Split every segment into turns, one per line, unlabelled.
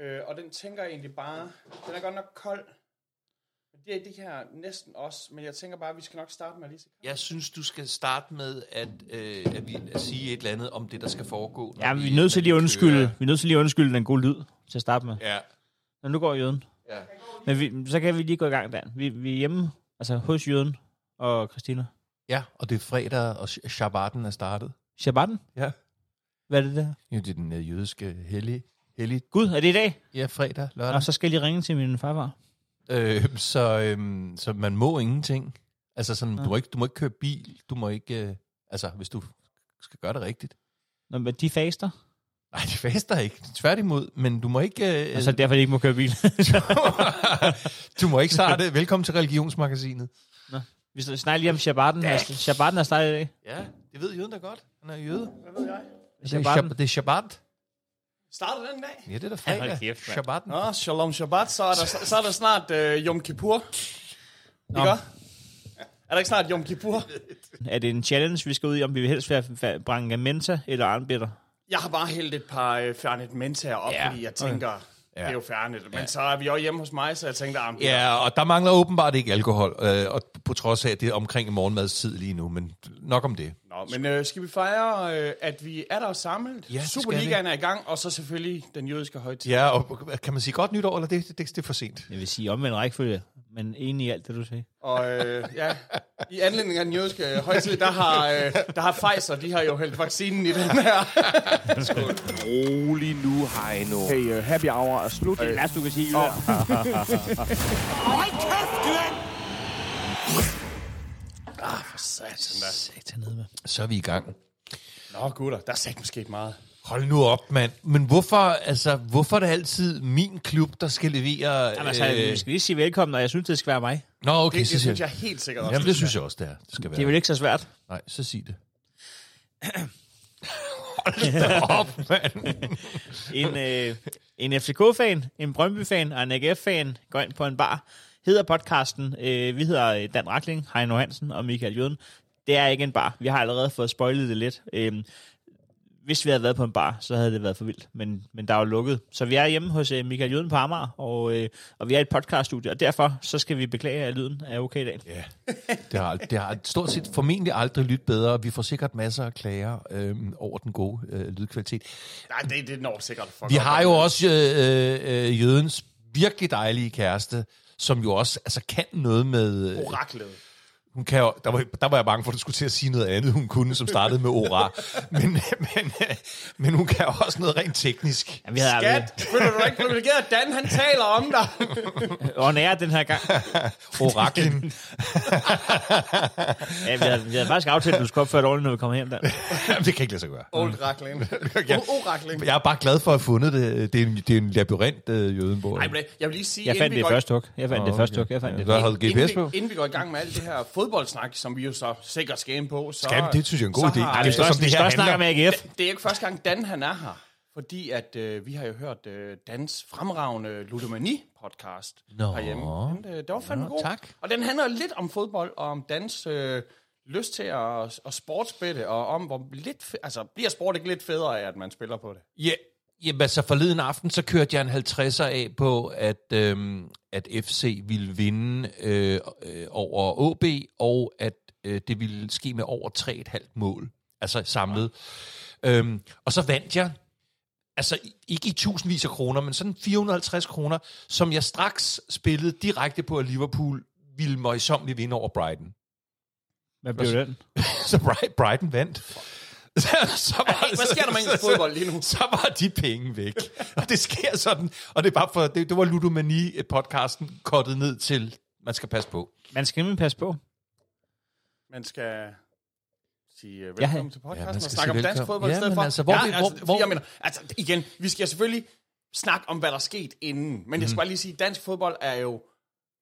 Øh, og den tænker jeg egentlig bare, den er godt nok kold. Men det er det her næsten også, men jeg tænker bare, at vi skal nok starte med Alice.
Jeg synes, du skal starte med at, øh, at, vi, at sige et eller andet om det, der skal foregå. når
Ja, vi er nødt til
når
lige at
kører.
undskylde, vi er nødt til lige at undskylde den gode lyd til at starte med.
Ja,
Men nu går jøden.
ja.
Men vi, så kan vi lige gå i gang, Dan. Vi, vi er hjemme, altså hos jøden og Christina.
Ja, og det er fredag, og sh- shabbaten er startet.
Shabbatten?
Ja.
Hvad er det der?
Jo, det er den øh, jødiske hellig. hellig.
Gud, er det i dag?
Ja, fredag,
Nå,
lørdag.
så skal jeg lige ringe til min farfar.
Øh, så, øhm, så man må ingenting. Altså sådan,
Ja.
du, må ikke, du må ikke køre bil, du må ikke... Øh, altså, hvis du skal gøre det rigtigt.
Nå, men de faster.
Nej, det faster ikke. Tværtimod, men du må ikke... Øh,
Og så er det Altså, derfor, de ikke må køre bil.
du må ikke starte. Velkommen til Religionsmagasinet.
vi snakker lige om Shabbatten. Altså, Shabbatten er startet i dag.
Ja, det ved jøden da godt. Han er jøde.
Hvad ved jeg?
Det er,
Shabbatten.
shab- det er shabbat.
Starter den dag?
Ja, det er da
Ja,
fredag.
hold
Ja,
kæft, mand.
Shabbatten.
Nå, shalom shabbat, så er der, så er der snart øh, Yom Kippur. Ikke også? Er der ikke snart Yom Kippur?
Er det en challenge, vi skal ud i, om vi vil helst være fa- Brangamenta eller Arnbitter?
Jeg har bare hældt et par øh, Fernet Mentaer op, ja.
Ja.
fordi jeg tænker, ja. det er jo Fernet. Men så er vi også hjemme hos mig, så jeg tænkte, ah, men det er-
Ja, og der mangler åbenbart ikke alkohol, øh, og på trods af, at det er omkring morgenmadstid lige nu, men nok om det.
Nå, men øh, skal vi fejre, øh, at vi er der samlet?
Ja, det skal
Superligaen er i gang, og så selvfølgelig den jødiske højtid.
Ja, og kan man sige godt nytår, eller det, det, det er for sent?
Jeg vil sige omvendt rækkefølge, men enig i alt det, du siger.
Og øh, ja, i anledning af den jødiske øh, højtid, der har, øh, der har Pfizer, de har jo hældt vaccinen i den her.
Rolig nu, Heino.
Hey, uh, happy hour er slut.
Det er du kan sige, oh. Satan nede med.
Så er vi i gang.
Nå gutter, der er sagt måske ikke meget.
Hold nu op, mand. Men hvorfor, altså, hvorfor er det altid min klub, der skal levere... øh,
Jamen, altså, vi skal lige sige velkommen, og jeg synes, det skal være mig.
Nå, okay,
Det,
det,
det
så
synes
siger
jeg
jeg.
helt sikkert også.
Jamen, det synes jeg også, det er. Det skal være.
Det er vel ikke så svært.
Nej, så sig det. Hold da op, mand.
En, øh, en FCK-fan, en Brøndby-fan og en AGF-fan går ind på en bar. Hedder podcasten. Øh, vi hedder øh, Dan Rakling, Heino Hansen og Michael Jøden. Det er ikke en bar. Vi har allerede fået spoilet det lidt. Øh, hvis vi havde været på en bar, så havde det været for vildt. Men, men der er jo lukket. Så vi er hjemme hos øh, Michael Jøden på Amager, og, øh, og vi er i et podcaststudie. Og derfor så skal vi beklage, at lyden er okay i dag.
Ja, det har, det har stort set formentlig aldrig lyttet bedre. Vi får sikkert masser af klager øhm, over den gode øh, lydkvalitet.
Nej, det, det når sikkert. for
Vi
godt.
har jo også øh, øh, øh, jødens virkelig dejlige kæreste, som jo også altså, kan noget med... Øh,
Oraklet.
hun kan jo, der, var, der var jeg bange for, at du skulle til at sige noget andet, hun kunne, som startede med ora. Men, men, øh, men hun kan jo også noget rent teknisk.
Ja, vi havde
Skat, føler du dig ikke privilegeret? Dan, han taler om dig.
Og nære den her gang.
Oraklen.
Ja, vi havde, vi havde faktisk aftalt, at du skulle opføre dig ordentligt, når vi kommer hjem der.
Jamen, det kan ikke lade sig gøre.
Old Rakling. O- Orakling.
Jeg er bare glad for at have fundet det. Det er en, det er en labyrint, øh, Jødenborg.
Nej, men jeg vil lige sige,
Jeg fandt
inden vi
det i
går
første hug. Jeg fandt det i
Nå,
første
okay.
hug. Jeg fandt det.
Der havde du
Inden
GPS på?
vi, inden vi går i gang med alt det her fodboldsnak, som vi jo så sikkert skal ind på, så...
Skal vi? Det synes jeg er en god
så
idé.
har-
Ej,
Vi skal også,
Som det
vi skal
her
også snakke om AGF.
Det er ikke første gang, Dan han er her. Fordi at øh, vi har jo hørt øh, Dans fremragende ludomani-podcast
Nå.
herhjemme. Den, øh, det var fandme
Nå,
god.
tak.
Og den handler lidt om fodbold og om Dans øh, lyst til at, at sportsbette, og om hvor lidt... Fe- altså, bliver sport ikke lidt federe af, at man spiller på det?
Ja, jamen altså forleden aften, så kørte jeg en 50'er af på, at, øhm, at FC ville vinde øh, øh, over AB og at øh, det ville ske med over 3,5 mål, altså samlet. Øhm, og så vandt jeg, altså i- ikke i tusindvis af kroner, men sådan 450 kroner, som jeg straks spillede direkte på, at Liverpool ville møjsommeligt vinde over Brighton.
Hvad blev den?
Så Bri- Brighton vandt. Så, så var,
Hvad sker der med engelsk fodbold lige nu?
så var de penge væk. Og det sker sådan. Og det er bare for, det, det var ludomani-podcasten kottet ned til, man skal passe på.
Man skal nemlig passe på.
Man skal sige øh, velkommen ja. til podcasten ja,
man
og
skal
snakke
sige
om dansk
velkommen.
fodbold i
Ja,
stedet
men
for.
altså, hvor det- hvor-
fordi
hvor-
Jeg mener, altså, igen, vi skal selvfølgelig snakke om, hvad der er sket inden, men
Mhm.
jeg skal bare lige sige, dansk fodbold er jo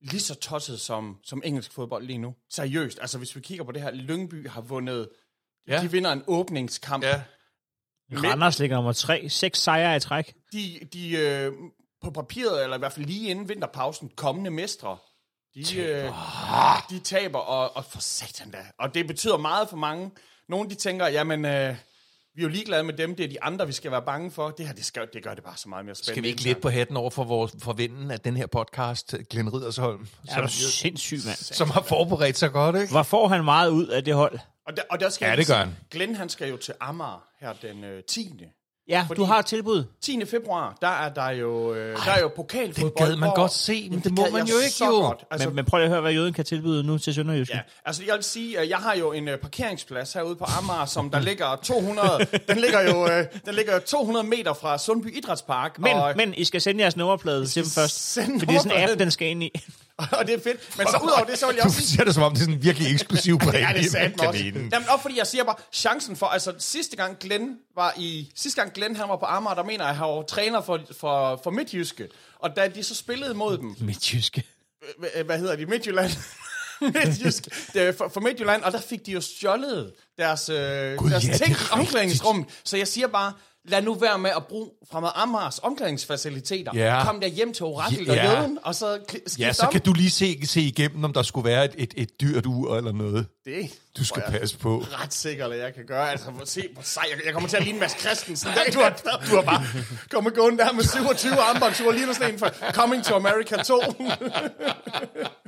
lige så tosset som, som engelsk fodbold lige nu. Seriøst, altså hvis vi kigger på det her, Lyngby har vundet, ja.
Ja.
de vinder en åbningskamp. Ja.
Randers ligger nummer 3. Seks sejre i træk.
De, de øh, på papiret, eller i hvert fald lige inden vinterpausen, kommende mestre, de, øh, de taber, og, og for satan da. Og det betyder meget for mange. Nogle de tænker, jamen, øh, Vi er jo ligeglade med dem, det er de andre, vi skal være bange for. Det her, det, skal, det gør det bare så meget mere spændende.
Skal vi ikke lidt på hatten over for, vores, for vinden af den her podcast, Glenn Ridersholm,
Er
som,
du sindssyg, mand?
som har forberedt sig godt, ikke?
Hvor får han meget ud af det hold?
Og der, og der skal
Ja,
jeg
det
lige
gør
sige,
han.
Glenn, han skal jo til Amager her den øh, 10.
Ja, Fordi... du har et tilbud.
10. februar, der er der jo, øh, der er jo pokalfodbold.
gad man
hvor-
godt se, men
Jamen,
det må
gad
man
jeg
jo ikke,
så
jo.
Godt.
Altså... Men, men prøv lige at høre, hvad jøden kan tilbyde nu til Sønderjyske.
Ja, altså jeg vil sige, at jeg har jo en øh, parkeringsplads herude på Amager, som der ligger 200, den ligger jo øh, den ligger jo 200 meter fra Sundby Idrætspark.
Men,
og,
men I skal sende jeres nummerplade til dem først.
sende
Fordi det er sådan en app,
nummerpladen.
den skal ind i.
og det er fedt. Men så udover det, så vil jeg
Du
også sige,
siger det, som om det er sådan en virkelig eksklusiv præmie.
ja, det sagde
men
mig også.
kaninen.
Jamen også fordi jeg siger bare, chancen for, altså sidste gang Glenn var i, sidste gang Glenn han var på Amager, der mener jeg, han var træner for, for, for Midtjyske. Og da de så spillede mod dem,
Mit jyske.
hva- øh, hvad hedder de, Midtjylland. Midtjysk, det er for, for Midtjylland, og der fik de jo stjålet deres, øh,
Gud,
deres
ja, det er
ting
rigtigt.
i omklædningsrummet. Så jeg siger bare, lad nu være med at bruge fremad Amars omklædningsfaciliteter.
Ja.
Kom der hjem til Orakel
Ja.
og Jøden, og så kli- skift
Ja, så
om.
kan du lige se, se igennem, om der skulle være et, et, et dyrt ur eller noget,
Det
du skal passe på.
ret sikkert, at jeg kan gøre. Altså, hvor- se, hvor sej. Jeg, jeg kommer til at ligne Mads Christensen. Der, du, har, du har bare kommet gående der med 27 armbåndsure, lige sådan en for Coming to America 2.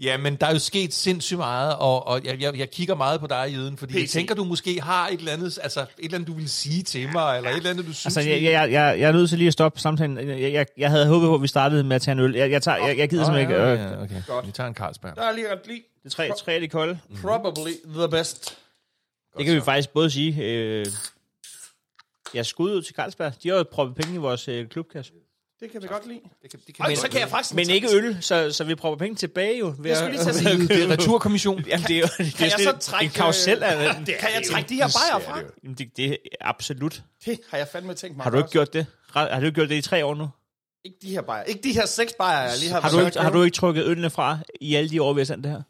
Ja, men der er jo sket sindssygt meget, og, og jeg, jeg, jeg kigger meget på dig, Jøden, fordi jeg
PC.
tænker, du måske har et eller andet, altså et eller andet, du vil sige til mig, eller et eller andet, du synes...
Altså, jeg, jeg, jeg, jeg er nødt til lige at stoppe samtalen. Jeg, jeg, jeg havde håbet på, at vi startede med at tage en øl. Jeg, jeg, tager, jeg, jeg gider simpelthen ikke. Øh,
ja, okay. Godt. Vi tager en Carlsberg.
Der er lige ret lige.
det er tre, tre af de kolde.
Probably the best.
Det kan vi faktisk både sige. Øh, jeg skud ud til Carlsberg. De har jo proppet penge i vores øh, klubkasse.
Det kan vi godt lide.
Det kan, det kan
Og så kan jeg faktisk...
Men ikke øl, så, så vi propper penge tilbage jo. Ved
Jeg skulle lige til at sige,
det er returkommission.
Jamen, det er jo det er
jeg
sådan
så
en-
trække, øh,
en karusel af det.
kan jeg trække de her bajer fra?
Jamen, det, det er absolut.
Det har jeg fandme tænkt mig.
Har du ikke gjort det? Har har du ikke gjort det i tre år nu?
Ikke de her bajer. Ikke de her seks bajer, jeg lige har,
Har du,
forsøgt
ikke,
at
har du
købe.
ikke trukket ølene fra i alle de år, vi har sendt det her?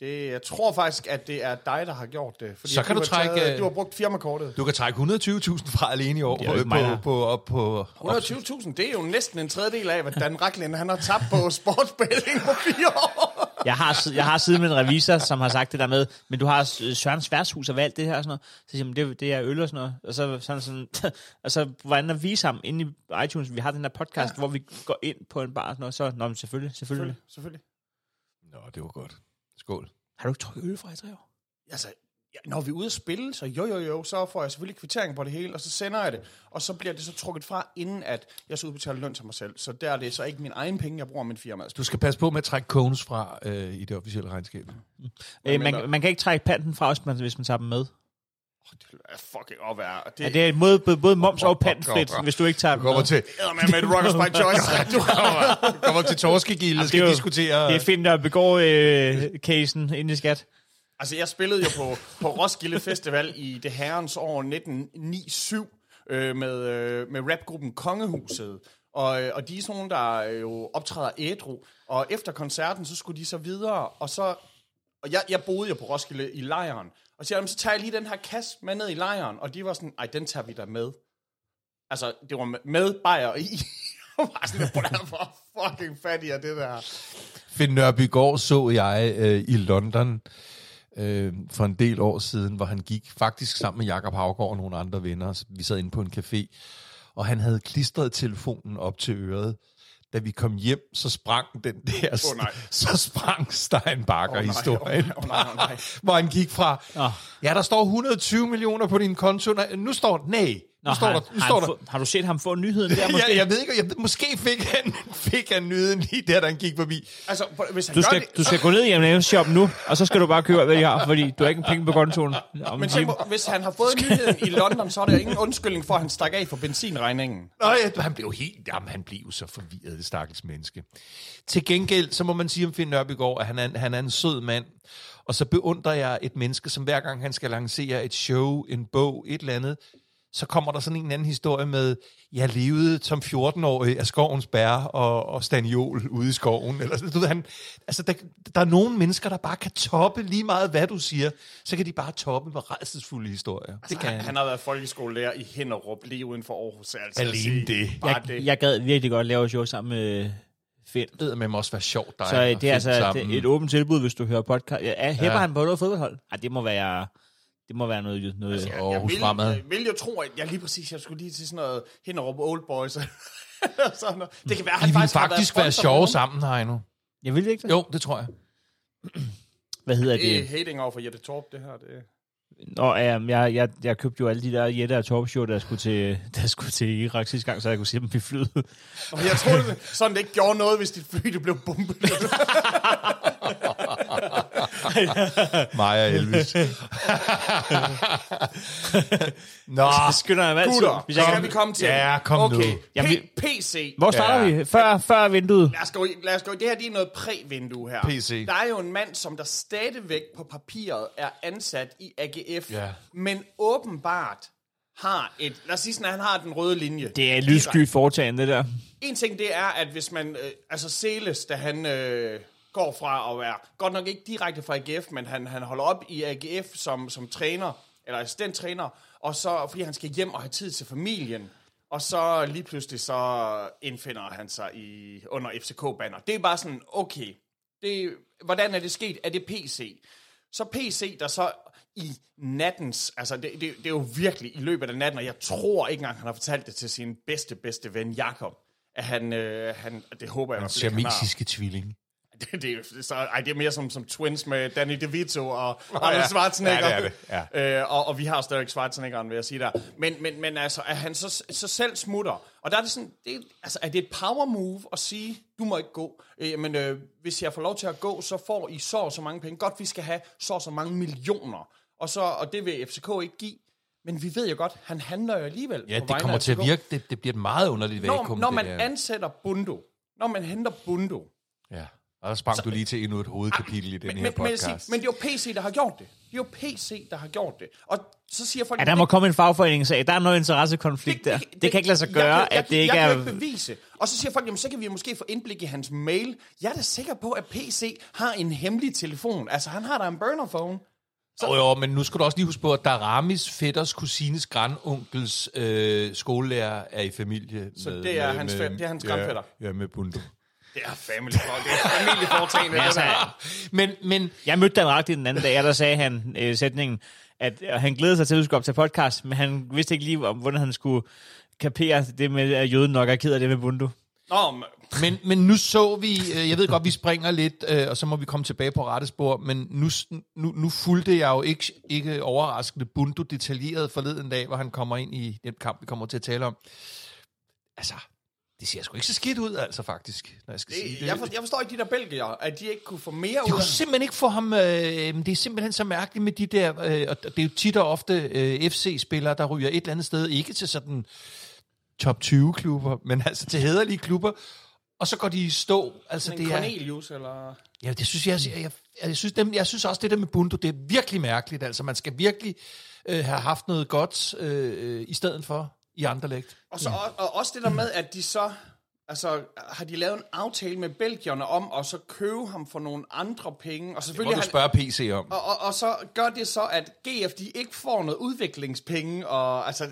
Det, jeg tror faktisk, at det er dig, der har gjort det. Fordi
Så kan du
har
trække,
Taget,
øh,
du har brugt firmakortet.
Du kan trække 120.000 fra alene i år
er jo ikke
på,
mig, der
på,
har.
på, op på...
120.000, det er jo næsten en tredjedel af, hvad Dan Racklin han har tabt på sportsbetting på fire år.
Jeg har, sid- jeg har siddet med en revisor, som har sagt det der med, men du har s- Sørens værtshus og valgt det her og sådan noget. Så siger jeg, "Men det, det er øl og sådan noget. Og så, sådan, sådan, og så var jeg inde og vise ham inde i iTunes, vi har den der podcast, ja. hvor vi går ind på en bar og sådan noget. Så, nå, men selvfølgelig, selvfølgelig.
Selvfølgelig.
Nå, det var godt. Skål.
Har du ikke trukket øl fra i tre år?
Altså, ja, når vi er ude at spille, så jo jo jo, så får jeg selvfølgelig kvittering på det hele, og så sender jeg det. Og så bliver det så trukket fra, inden at jeg så udbetaler løn til mig selv. Så der er det så ikke min egen penge, jeg bruger min firma.
Du skal passe på med at trække cones fra øh, i det officielle regnskab.
Øh, man,
mener-
man kan ikke trække panten fra, hvis man, hvis man tager dem med.
Det er fucking op være. Det,
Ja, det er både, både, både moms og pantfrit, hvis du ikke tager dem
Du kommer
med.
til,
Eddermame med et rockers by choice. Du
du kommer til Torskegilde og
det er
skal
jo-
diskutere...
Det er Finn, der begår øh, casen ind i skat.
Altså, jeg spillede jo på, på Roskilde Festival i det herrens år 1997 øh, med, øh, med rapgruppen Kongehuset. Og, øh, og de er sådan nogle, der øh, jo optræder ædru. Og efter koncerten, så skulle de så videre, og så... Og jeg, jeg boede jo på Roskilde i lejren. Og så siger jeg, "Jamen, så tager jeg lige den her kasse med ned i lejren. Og de var sådan, ej, den tager vi da med. Altså, det var med, med bajer i. Og var sådan, hvor fucking fattig er det der.
Finn Nørbygaard så jeg øh, i London øh, for en del år siden, hvor han gik faktisk sammen med Jakob Havgaard og nogle andre venner. Vi sad inde på en café, og han havde klistret telefonen op til øret. Da vi kom hjem, så sprang den der...
Åh, nej.
så sprang Steinbacher-historien.
Åh, nej, åh, nej, åh, nej.
Hvor han gik fra... Ja, der står 120 millioner på din konto. Nej, Nu står... der- Nej, nu står der...
har,
Nu
har,
står
han
der
få- har du set ham få nyheden der?
Ja, jeg, jeg ved ikke, jeg, ved- måske fik han, fik han nyden lige der, da han gik forbi.
Altså, hvis han
Du
gør
skal,
det,
du skal gå ned i M&M's shop nu, og så skal du bare købe, hvad de har, fordi du har ikke penge på kontoen. Om
Men tænk, på, hvis han har fået nyheden i London, så er der ingen undskyldning for, at han stak af for benzinregningen.
Nå ja, han blev helt, jamen, han blev så forvirret, det stakkels menneske. Til gengæld, så må man sige om Finn Nørbegaard, at han er, en- han er en sød mand. Og så beundrer jeg et menneske, som hver gang han skal lancere et show, en bog, et eller andet, så kommer der sådan en eller anden historie med, jeg levede som 14-årig af skovens bær og, og staniol ude i skoven. Eller, sådan- du ved, han, altså, der, der er nogle mennesker, der bare kan toppe lige meget, hvad du siger. Så kan de bare toppe med redselsfulde historier. Det kan
Altså, Han
han.
har været folkeskolelærer i Hinderup, lige uden for Aarhus. Altså,
Alene
at sige.
det.
Bare
jeg,
det.
jeg gad virkelig godt lave et show sammen med Finn.
Det med også være sjovt, dig
Så øh,
og
det er
Finn
altså det,
sammen.
er et åbent tilbud, hvis du hører podcast. Ja, hæpper ja.
Ja.
han på noget fodboldhold? Ej, det må være... Det Det må være noget... noget
Jeg,
Åh,
jeg
hos
vil,
fremad.
jeg vil jo tro, at jeg lige præcis, jeg skulle lige til sådan noget hen og råbe old boys. og sådan noget. Det kan være,
De
han
ville
faktisk, har
faktisk
været
være
sponsor
sjove
for nogen.
sammen, Heino.
jeg vil ikke det.
Jo, det tror jeg.
Hvad hedder det?
Det er hating over for Jette Torp, det her. Det.
Nå, ja, men jeg, jeg, jeg købte jo alle de der Jette og Torp show, der skulle til, der skulle til Irak sidste gang, så jeg kunne se dem blive flyet.
Og jeg troede sådan, det ikke gjorde noget, hvis dit fly det blev bombet.
Maja Elvis. Nå,
Så skynder jeg mig altid.
Gutter,
Hvis
så
jeg
skal
kan...
vi komme til.
Ja, kom nu.
okay.
Jamen,
P-
vi-
PC.
Hvor starter
Ja.
vi? Før, før vinduet?
Lad os, gå, i- lad os gå. i- Det her det er noget præ-vindue her.
PC.
Der er jo en mand, som der stadigvæk på papiret er ansat i AGF,
Ja.
men åbenbart har et... Lad os sige sådan, at han har den røde linje.
Det er et lyssky foretagende, det der.
En ting, det er, at hvis man... Øh, altså Seles, da han øh, går fra at være... Godt nok ikke direkte fra AGF, men han, han holder op i AGF som, som træner, eller assistenttræner, og så, fordi han skal hjem og have tid til familien, og så lige pludselig så indfinder han sig i, under FCK-banner. Det er bare sådan, okay, det, hvordan er det sket? Er det PC? Så PC, der så i nattens, altså det, det, det er jo virkelig i løbet af natten, og jeg tror ikke engang, han har fortalt det til sin bedste, bedste ven, Jakob, at han, øh, han det håber jeg, i hvert fald ikke, han har.
jamesiske tvilling.
Det, det, er- så, ej, det er mere som, som twins med Danny DeVito og Arnold Schwarzenegger.
Ja, det er
det. Ja. Øh, og, og vi har stadigvæk Schwarzeneggeren, vil jeg sige der. Men, men, men altså, at han så, så selv smutter. Og der er det sådan, det, er- altså, er det et power move at sige, du må ikke gå. Øh, men øh, hvis jeg får lov til at gå, så får I så og så mange penge. Godt, vi skal have så og så mange millioner. Og, så, og det vil FCK ikke give. Men vi ved jo godt, han handler jo alligevel
Ja,
på
det
vegne
kommer
af
til at
FCK.
virke. Det, det bliver et meget underligt
Når,
vakuum,
når
det
man
der.
ansætter Bundo, når man henter Bundo,
Ja. Og der sprang du lige til endnu et hovedkapitel i den her
men, men, jeg
podcast.
siger, men det er jo PC, der har gjort det. Det er jo PC, der har gjort det. Og så siger folk...
Ja, der må komme en fagforening, så der er noget interessekonflikt der. Det kan ikke lade sig gøre,
jeg, jeg,
at det ikke
jeg,
er...
Jeg kan jo ikke bevise. Og så siger folk, jamen så kan vi måske få indblik i hans mail. Jeg er da sikker på, at PC har en hemmelig telefon. Altså, han har da en burner phone.
Jo, jo, men nu skal du også lige huske på, at Daramis fætters kusines grandonkels øh, skolelærer er i familie. Så med,
det er
med,
hans
med,
fæ- det er hans
ja,
grandfætter.
Ja, med Bundo.
Det er family phone. Det er familieforetagende. det
Altså,
der.
Ah, Men, men
jeg mødte Dan Ragtig den anden dag, og der sagde han øh, sætningen, at øh, han glædede sig til, at vi skulle op til podcast, men han vidste ikke lige, om, hvordan han skulle kapere det med, at jøden nok er ked af det med Bundu.
Nå, men,
Men, men nu så vi, øh, jeg ved godt, vi springer lidt, øh, og så må vi komme tilbage på rette spor, men nu, s- nu, nu fulgte jeg jo ikke, ikke overraskende Bundu detaljeret forleden dag, hvor han kommer ind i den kamp, vi kommer til at tale om. Altså, det ser sgu ikke så skidt ud, altså faktisk, når jeg skal sige
det,
det.
jeg, forstår, jeg forstår ikke de der belgier, at de ikke kunne få mere ud
Jeg kunne
af...
simpelthen ikke få ham... Øh, det er simpelthen så mærkeligt med de der... Øh, og det er jo tit og ofte øh, FC-spillere, der ryger et eller andet sted. Ikke til sådan top 20-klubber, men altså til hederlige klubber. Og så går de i stå. Altså,
En
det er,
Cornelius, eller...
ja, det synes jeg, jeg, jeg, jeg, synes, dem, jeg synes også, det der med Bundu, det er virkelig mærkeligt. Altså, man skal virkelig øh, have haft noget godt øh, øh, i stedet for i andre lægt.
Og, så, og, og også det der med, at de så... Altså, har de lavet en aftale med belgierne om at så købe ham for nogle andre penge? Og
Altså, Må
selvfølgelig...
du
Han,
spørge PC om.
og, og, og så gør det så, at GF de ikke får noget udviklingspenge, og altså...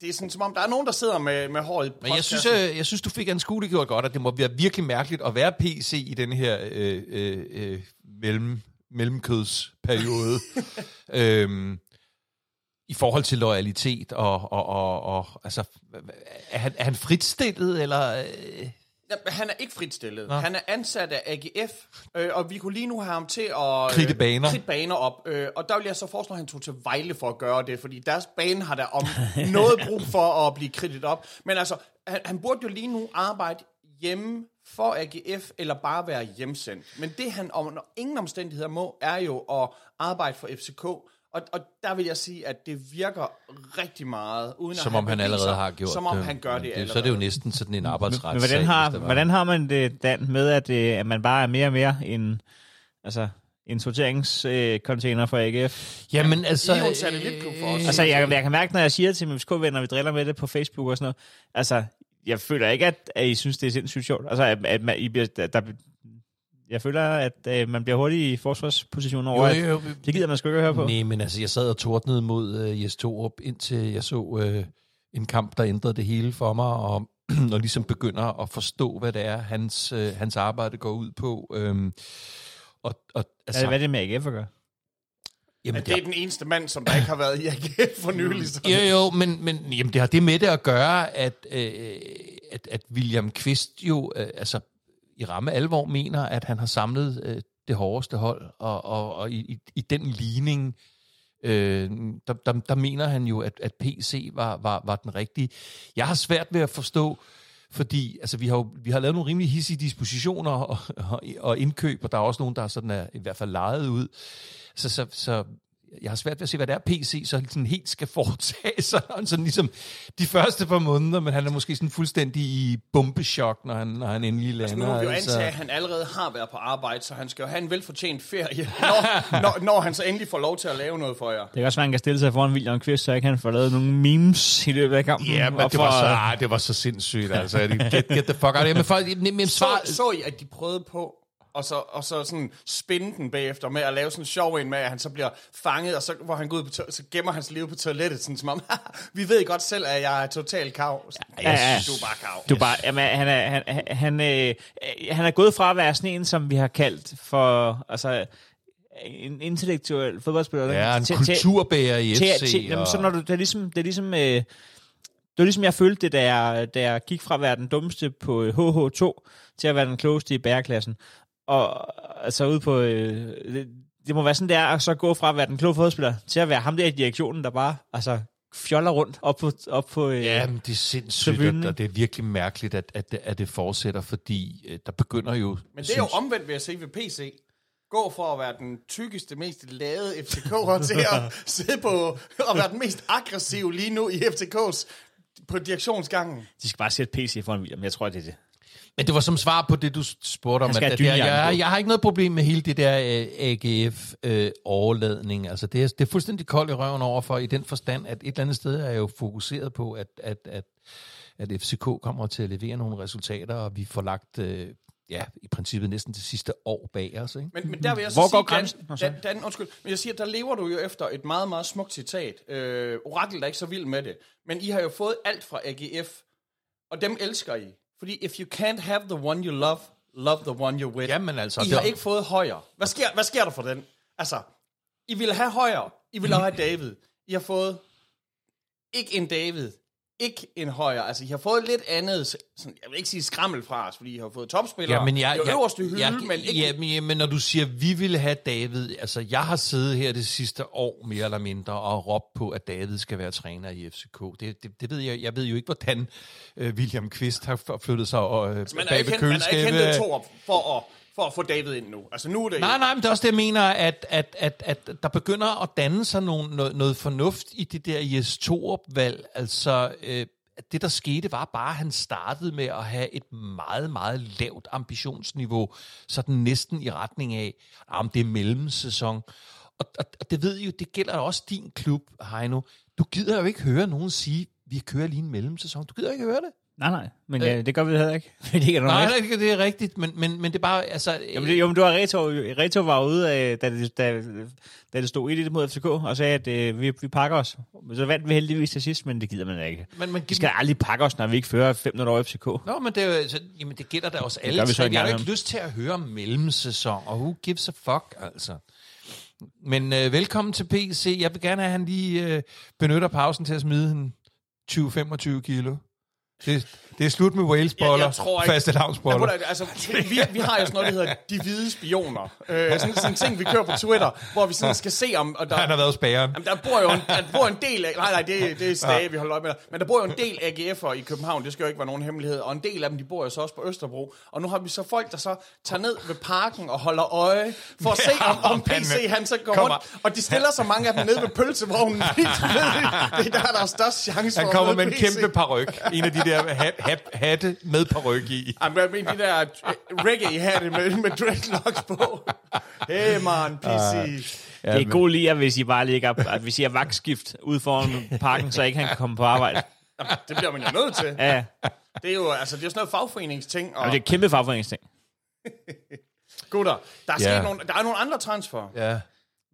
Det er sådan, som om der er nogen, der sidder med, med håret i
Men jeg synes,
postkassen.
øh, jeg synes, du fik anskueliggjort godt, at det må være virkelig mærkeligt at være PC i den her øh, øh, øh, mellem, mellemkødsperiode. øhm, I forhold til loyalitet og, og, og, og altså, hva- hva- er han, er han fritstillet, eller... Øh,
Jamen, han er ikke fritstillet. Nå. Han er ansat af AGF, øh, og vi kunne lige nu have ham til at... øh,
Kridte baner.
Kridte baner op. Øh, og der vil jeg så foreslå, at han tog til Vejle for at gøre det, fordi deres bane har der om noget brug for at blive kridtet op. Men altså, han, han burde jo lige nu arbejde hjemme for AGF, eller bare være hjemsendt. Men det han under ingen omstændigheder må, er jo at arbejde for FCK. Og, og der vil jeg sige, at det virker rigtig meget, uden
som
at
om han
beviser,
allerede har gjort
Som om
det.
han gør det,
Men
allerede.
Så er det jo næsten sådan en arbejdsret.
Men hvordan har, hvordan har man det, Dan, med at, øh, at man bare er mere og mere en, altså, en sorteringscontainer for AGF?
Jamen, altså...
Det er jo en satellitklub for os.
Altså, jeg, jeg kan mærke, når jeg siger det til mine FCK-venner, vi driller med det på Facebook og sådan noget, altså, jeg føler ikke, at, at I synes, det er sindssygt sjovt. Altså, at, at man, I bliver, der, der- jeg føler, at øh, man bliver hurtig i forsvarsposition over,
Jo,
jo,
jo,
jo,
jo.
at det gider man sgu ikke at høre på.
Nej, men altså, jeg sad og tordnede mod øh, Jes Torup, indtil jeg så øh, en kamp, der ændrede det hele for mig, og, og ligesom begynder at forstå, hvad det er, hans, øh, hans arbejde går ud på. Øhm, og, og,
Hvad,
altså,
hvad er det med AGF at gøre?
Jamen,
At det er Mm. den eneste mand, som der ikke har været i AGF for nylig. Så.
Jo, jo, men, men jamen, det har det med det at gøre, at, øh, at, at William Kvist jo øh, altså, i ramme alvor mener, at han har samlet øh, det hårdeste hold, og, og, og i, i, i den ligning, øh, der, der, der mener han jo, at, at PC var, var, var den rigtige. Jeg har svært ved at forstå, fordi altså, vi, har jo, vi har lavet nogle rimelig hissige dispositioner og, og, og indkøb, og der er også nogen, der sådan er i hvert fald lejet ud. Så, så, så jeg har svært ved at se, hvad det er, PC så sådan helt skal foretage sig. Sådan, sådan ligesom de første par måneder, men han er måske sådan fuldstændig i bombechok, når han, når han endelig lander.
Altså, Nu må vi jo antage, at han allerede har været på arbejde, så han skal jo have en velfortjent ferie, når, når, når han så endelig får lov til at lave noget for jer.
Det kan også være, han kan stille sig foran William Kvist, så ikke han får lavet nogle memes i løbet af kampen.
Ja, men
Og
det var,
for-
så, ah, det var så sindssygt, altså. Get, get the fuck out of here. Men, folk, men, men
Så,
svar,
så I, at de prøvede på og så, og så sådan spinde den bagefter med at lave sådan en sjov en med, at han så bliver fanget, og så, hvor han går ud på to- så gemmer hans liv på toilettet, sådan som om, vi ved godt selv, at jeg er total kav. Ja,
ja.
Du er bare kav.
Du er bare, jamen, han, er, han, han- han, øh, øh, han er gået fra at være sådan en, som vi har kaldt for altså, en intellektuel fodboldspiller.
ja, en
til- til-
kulturbærer i
til,
FC.
til, jamen,
og-
så når du, det er ligesom, det er ligesom, øh, det var ligesom jeg følte det, da jeg, da jeg gik fra at være den dummeste på øh, HH2 til at være den klogeste i bæreklassen. Og altså ude på, øh, det, det, må være sådan, det er at så gå fra at være den kloge fodspiller til at være ham der i direktionen, der bare altså, fjoller rundt op på, op på øh,
Ja, men det er sindssygt,
tribunen.
og- og det er virkelig mærkeligt, at, at, det- at det fortsætter, fordi øh, der begynder jo...
Men det er jo omvendt ved at se ved PC. Gå for at være den tykkeste, mest lavede FCK'er til at sidde på og være den mest aggressive lige nu i FCK's på direktionsgangen.
de skal bare sætte PC foran William. Jeg tror, det er det.
Men det var som svar på det, du spurgte om.
Han
At,
skal
at
have
det er,
dynejakken
jeg,
på.
jeg har ikke noget problem med hele det der øh, AGF-overladning. altså, det, er, det er fuldstændig koldt i røven overfor, i den forstand, at et eller andet sted er jeg jo fokuseret på, at, at, at, at FCK kommer til at levere nogle resultater, og vi får lagt... Øh, ja, i princippet næsten det sidste år bag os, ikke?
Men, men der vil jeg så
Hvor
sige,
går grænsen? Nå,
Dan,
sorry.
Dan, Dan, undskyld, men jeg siger, der lever du jo efter et meget, meget smukt citat. Øh, Orakel er ikke så vild med det. Men I har jo fået alt fra AGF, og dem elsker I. Fordi if you can't have the one you love, love the one you with.
Jamen altså,
I
det
har
var-
ikke fået højre. Hvad sker, hvad sker der for den? Altså, I ville have højre. I ville have David. I har fået ikke en David. Ikke en højre. Altså, I har fået lidt andet, sådan, jeg vil ikke sige skrammel fra os, fordi I har fået topspillere.
Ja, men jeg,
det er
jeg,
jo øverste hylde,
jeg,
men ikke
Ja, men, ja, men når du siger, vi ville have David, altså jeg har siddet her det sidste år mere eller mindre og råbt på, at David skal være træner i FCK. Det, det, det ved jeg, jeg ved jo ikke, hvordan øh, William Kvist har f- flyttet sig og, øh, altså,
Man har ikke,
bag ved
hen- man har ikke
køleskabet.
hentet to op for at, for at få David ind nu. Altså nu er det...
Nej, nej, men det er også det, jeg mener, at, at, at, at der begynder at danne sig nogle, noget, noget fornuft i det der Jes Torup-valg. Altså, øh, at det der skete var bare, at han startede med at have et meget, meget lavt ambitionsniveau, sådan næsten i retning af, om det er mellemsæson. Og, og, og det ved I jo, det gælder også din klub, Heino. Du gider jo ikke høre nogen sige, vi kører lige en mellemsæson. Du gider ikke høre det.
Nej, nej. Men øh, det gør vi heller ikke. Fordi det ikke er nogen
Nej,
rigtig-
det er- det er rigtigt, men, men, men det er bare... Altså,
Jamen, det, jo, men du har Reto, Reto var ude, øh, da, det, da, da det stod 1-1 mod FCK, og sagde, at øh, vi, vi pakker os. Så vandt vi heldigvis til sidst, men det gider man ikke.
men man
Vi skal aldrig pakke os, når vi ikke fører 500 over FCK.
Nå, men det, er jo, altså, jamen, det gælder da også alle.
gør vi
Det
så
så
ikke
jeg har jo
engang
ikke lyst til at høre om mellemsæson, og who gives a fuck, altså. Men øh, velkommen til PC. Jeg vil gerne have, at han lige øh, benytter pausen til at smide en 20-25 kilo. Det, det er slut med Wales-boller,
Jeg- jeg tror ikke-
faste
Jeg må da-
lavnsboller.
altså, vi, vi har jo sådan noget, der hedder de hvide spioner. Øh, sådan, sådan en ting, vi kører på Twitter, hvor vi sådan skal se om... Og der,
Han har været hos bageren.
jamen, der bor jo en, der bor en del af... Nej, nej, det, det er stage, vi holder øje med. Men der bor jo en del AGF'er i København, det skal jo ikke være nogen hemmelighed. Og en del af dem, de bor jo så også på Østerbro. Og nu har vi så folk, der så tager ned ved parken og holder øje, for at se, om, om PC han så går
Kommer.
rundt. Og de stiller så mange af dem ned ved pølsevognen. fordi de ved, Det er der, der er størst chance
Han
for at
kommer
møde
med en
PC.
kæmpe paryk. En af de der hat, hat, hatte med paryk i.
Jamen, jeg mener, de der øh, reggae-hatte med, med dreadlocks på. Hey, man, PC.
Ah.
Ja, det er god lige, at hvis I bare ligger, at hvis I er vagtskift ud foran parken, så ikke han kan komme på arbejde.
Jamen, det bliver man jo nødt til.
Ja, ja.
Det er jo altså, det er sådan noget fagforeningsting. Og
Jamen, det er et kæmpe fagforeningsting.
gutter, der er,
Ja.
yeah. nogle, der er nogle andre transfer.
Ja.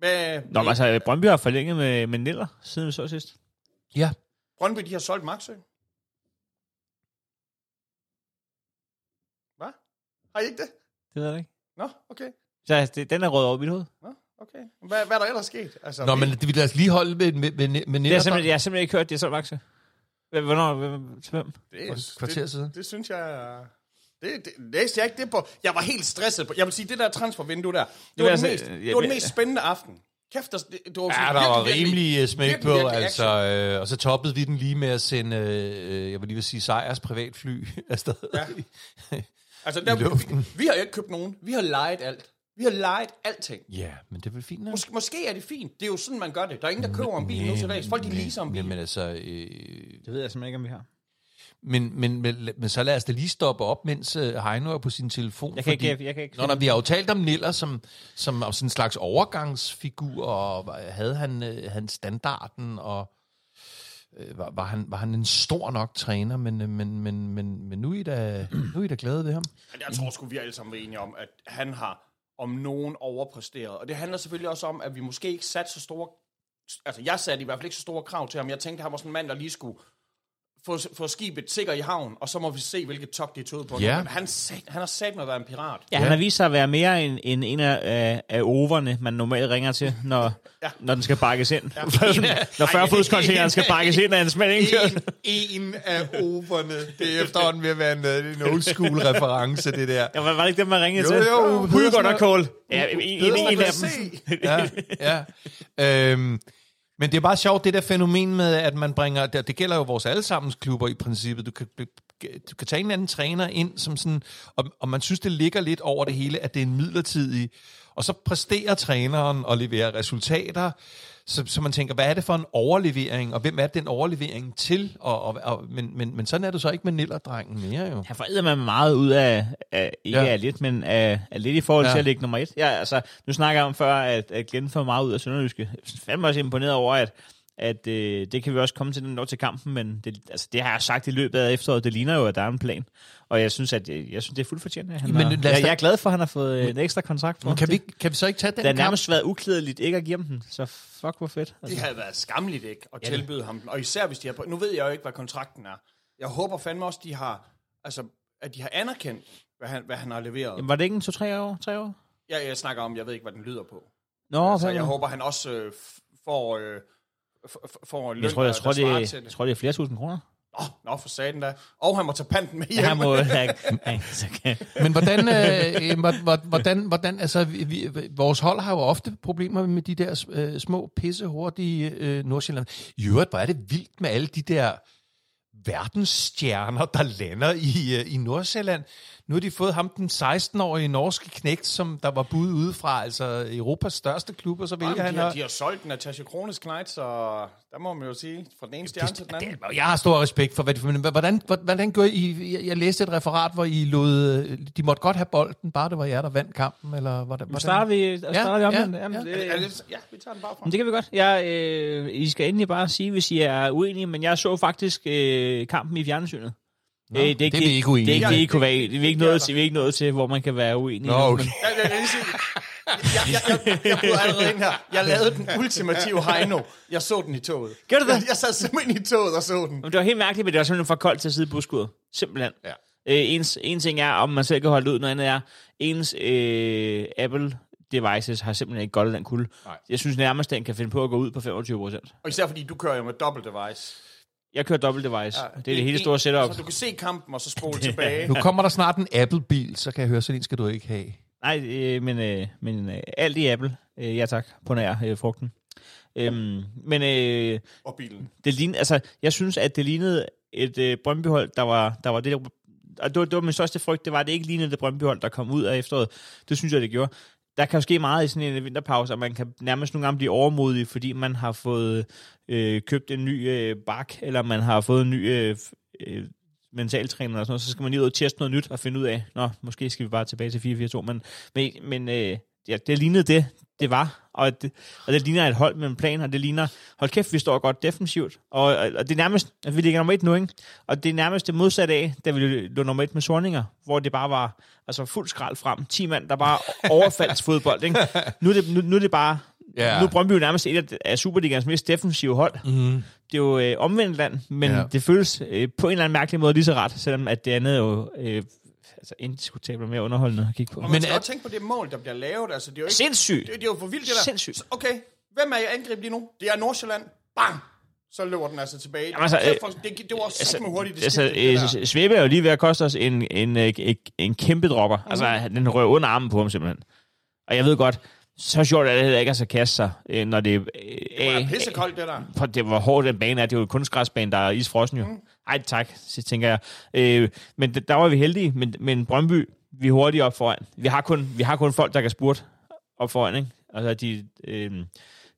Med,
Nå, men altså, Brøndby har forlænget med, med Niller, siden vi så sidst.
ja.
Brøndby, de har solgt Maxø. Hvad? Har I ikke det?
Det ved jeg ikke.
Nå, okay.
Så altså, det, den er rød over i mit hoved.
Nå, Okay. Hvad, hvad er der ellers sket? Altså,
Nå,
vi-
men det vil altså lige holde med, med, med, med
Det er
netop
simpelthen, jeg har simpelthen ikke hørt, det er solgt aktie. Hvem- Hvornår? Hvem, til hvem?
det,
for et kvarter
det,
siden.
Det, synes jeg... er- Det, det læste jeg ikke det på. Jeg var helt stresset på. Jeg vil sige, det der transfervindue der, det var, den,
altså-
mest,
øh,
det var den
ja,
mest spændende aften. Kæft, der, det, det var
Ja,
sådan
der var
virkelig, virkelig-
rimelig øh, smæk
virkelig,
på,
virkelig
altså.
action.
Øh, og så toppede vi den lige med at sende, øh, øh, jeg vil lige vil sige, Sejers privatfly afsted. Ja.
Altså, der,
øh, luften.
vi, vi har jo ikke købt nogen. Vi har lejet alt. Vi har lejet alting.
ja, men det er vel fint nok.
Måske, måske er det fint. Det er jo sådan, man gør det. Der er ingen, der køber en bil nu til dags. Folk, de leaser en
men, men
bil.
altså, øh,
Det ved jeg simpelthen ikke, om vi har.
men, men, men, men, så lad os da lige stoppe op, mens øh, Heino er på sin telefon.
Jeg kan ikke- jeg- jeg kan ikke
Nå, når vi har jo talt om Niller som, som om sådan en slags overgangsfigur, og havde han, øh, han standarden, og øh, var, var, han, var han en stor nok træner, men, øh, men, men, men, men nu, er I da, nu er I da glade ved ham.
Men Jeg tror sgu, vi alle sammen er enige om, at han har om nogen overpræsteret. Og det handler selvfølgelig også om, at vi måske ikke satte så store... Altså, jeg satte i hvert fald ikke så store krav til ham. Jeg tænkte, at han var sådan en mand, der lige skulle få, få skibet sikker i havn, og så må vi se, hvilket top det tog på.
Ja.
Men han, sat, han har sat med at være en pirat.
Ja, han har vist sig at være mere end, end en af, af, af overne, man normalt ringer til, når, ja. når den skal bakkes ind. Ja. når 40 fodskontaineren skal bakkes ind af en smænd indkørsel.
en af overne. Det er efterhånden ved at være en, øh, en old school reference, det der.
Ja, var, var det ikke dem, man ringede
Jo,
til?
jo, Uwe
Hudegård
Pedersen
og
og-
Kohl. Ja, en, en, en af dem.
Ja, ja. Øhm, men det er bare sjovt, det der fænomen med, at man bringer... Det, det gælder jo vores allesammens klubber i princippet. Du kan, du kan tage en anden træner ind, som sådan, og, og man synes, det ligger lidt over det hele, at det er en midlertidig... Og så præsterer træneren og leverer resultater, så, så man tænker, hvad er det for en overlevering, og hvem er den overlevering til? Og, og, og, men, men, men sådan er det så ikke med Niller-drengen mere, jo.
Han får man meget ud af, af ikke
Ja.
ja. af lidt, men af, af lidt i forhold til
Ja.
at ligge nummer et. Ja, altså, nu snakker jeg om før, at, at Glenn får meget ud af Sønderjyske. Jeg er fandme også imponeret over, at, at øh, det kan vi også komme til, når vi når til kampen, men det, altså, det har jeg sagt i løbet af efteråret, det ligner jo, at der er en plan. Og jeg synes, at jeg, jeg synes, det er fuldt fortjent, at han
Men
har,
lad os
jeg,
da-
jeg, er glad for, at han har fået øh, en ekstra kontrakt. For
Men
ham.
kan vi,
det,
ikke- kan vi så ikke tage den
det har
kamp?
nærmest været uklædeligt ikke at give ham den, så fuck hvor fedt.
Det
Altså.
havde været skamligt ikke at tilbyde ham den. Og især hvis de har... Nu ved jeg jo ikke, hvad kontrakten er. Jeg håber fandme også, de har, altså, at de har anerkendt, hvad han, hvad han har leveret.
Jamen, var det ikke en 2-3 år? 3 år?
Jeg, jeg snakker om, jeg ved ikke, hvad den lyder på.
Nå,
altså,
fandme.
jeg håber, han også øh, f- får, øh, f- f- får en løn,
jeg tror, jeg,
der-
tror,
der svarer
det,
til
jeg tror, det er flere tusind kroner.
Nå, nå, for satan da. Og han må tage panten med hjem.
Ja, han må, han, han, så kan,
Men hvordan, øh, øh, hvor- hvor- hvordan, hvordan altså, vi, vi- vores hold har jo ofte problemer med de der øh, små, pissehurtige øh, Nordsjælland. I øvrigt, hvor er det vildt med alle de der verdensstjerner, der lander i, øh, i Nordsjælland. Nu har de fået ham, den 16-årige norske knægt, som der var bud udefra, altså Europas største klub, og så
Jamen,
vælger han
de, har,
at...
de har solgt Natasha Krones Knight, så der må man jo sige, fra den ene stjerne til den anden.
Og Jeg har stor respekt for, hvad det, men hvordan, hvordan gør I... Jeg, jeg læste et referat, hvor I lod... øh, De måtte godt have bolden, bare det var jer, der vandt kampen, eller hvordan?
Nu
hvordan?
starter vi, starter vi
ja,
omvendt.
ja.
Jamen,
Ja.
det-
Er det, ja, vi tager den bare fra.
Men det kan vi godt. Jeg, øh, I skal endelig bare sige, hvis I er uenige, men jeg så faktisk øh, kampen i fjernsynet. Nå, det,
det er vi ikke uenige
Det er ikke,
i.
det, I kunne være, det er vi ikke
Det er
noget
der.
til, vi er ikke noget til, hvor man kan være uenig.
Nå, okay.
Jeg, jeg, jeg, jeg, jeg, jeg, jeg bryder allerede ind her. Jeg lavede den ultimative Heino. Jeg så den i toget.
Gjorde du det?
Jeg, jeg sad simpelthen i toget og så den.
Men det var helt mærkeligt, men det var simpelthen for koldt til at sidde i buskuddet. Simpelthen. Ja. Øh, ens, en ting er, om man selv kan holde det ud, noget andet er, ens øh, Apple devices har simpelthen ikke godt af den kulde.
Nej.
Jeg synes nærmest, den kan finde på at gå ud på 25 procent.
Og især fordi du kører jo med dobbelt device.
Jeg kører dobbelt device. Ja, det er det hele store setup.
Så du kan se kampen og så spole tilbage.
Nu kommer der snart en Apple-bil, så kan jeg høre, sådan en skal du ikke have.
Nej, øh, men, øh, men øh, alt i Apple. Øh, ja tak, på nær øh, frugten. Øhm, men øh,
Og bilen.
det lignede, altså, jeg synes, at det lignede et øh, Brøndbyhold, der var, der var det, der, og det var, det var min største frygt, det var, at det ikke lignede det Brøndbyhold, der kom ud af efteråret. Det synes jeg, det gjorde. Der kan jo ske meget i sådan en vinterpause, og man kan nærmest nogle gange blive overmodig, fordi man har fået øh, købt en ny øh, bak, eller man har fået en ny øh, f- øh, mentaltræner og sådan noget, så skal man lige ud og teste noget nyt og finde ud af, nå, måske skal vi bare tilbage til 4-4-2, men, men, men øh, ja, det lignede det, det var, og det, og det ligner et hold med en plan, og det ligner, hold kæft, vi står godt defensivt, og, og, og det er nærmest, at vi ligger nummer et nu, ikke? og det er nærmest det modsatte af, da vi lå nummer et med Sorninger, hvor det bare var altså fuld skrald frem, 10 mand, der bare overfaldt fodbold, ikke? Nu, er det, nu, nu er det bare,
Ja.
yeah. nu er Brøndby jo nærmest et af- af Superligans mest defensive hold, det er jo øh, omvendt land, men
Mm-hmm. Ja.
ja. det føles øh, på en eller anden mærkelig måde lige så ret, selvom at det andet jo øh, altså, indiskutabelt mere underholdende at kigge på.
Og man
Men øh,
skal
er-
også tænke på det mål, der bliver lavet. Altså, det er jo ikke,
sindssygt!
det, det er jo for vildt, det der.
Sindssygt.
Så, okay, hvem er jeg angreb lige nu? Det er Nordsjælland. Bang! Så løber den altså tilbage. Jamen,
altså,
altså,
øh,
det, for, det, det var også altså, hurtigt, det,
altså,
altså, skete, det der.
øh, Svebe er jo lige ved at koste os en, en, øh, en, en kæmpe dropper.
Mhm.
Mm. Altså, den rører under armen på ham simpelthen. Og jeg ved godt, så sjovt er det heller ikke at så kaste sig, øh, når det, øh,
Det var
af-
pissekoldt, det der.
for det var hårdt, den bane er. Det er jo en kunstgræsbane, der er isfrossen jo. Ej, tak, så tænker jeg. Øh, men d- der var vi heldige, men, men Brøndby, vi er hurtigt op foran. Vi har kun, vi har kun folk, der kan spurte op foran, ikke? Altså, de... Øh,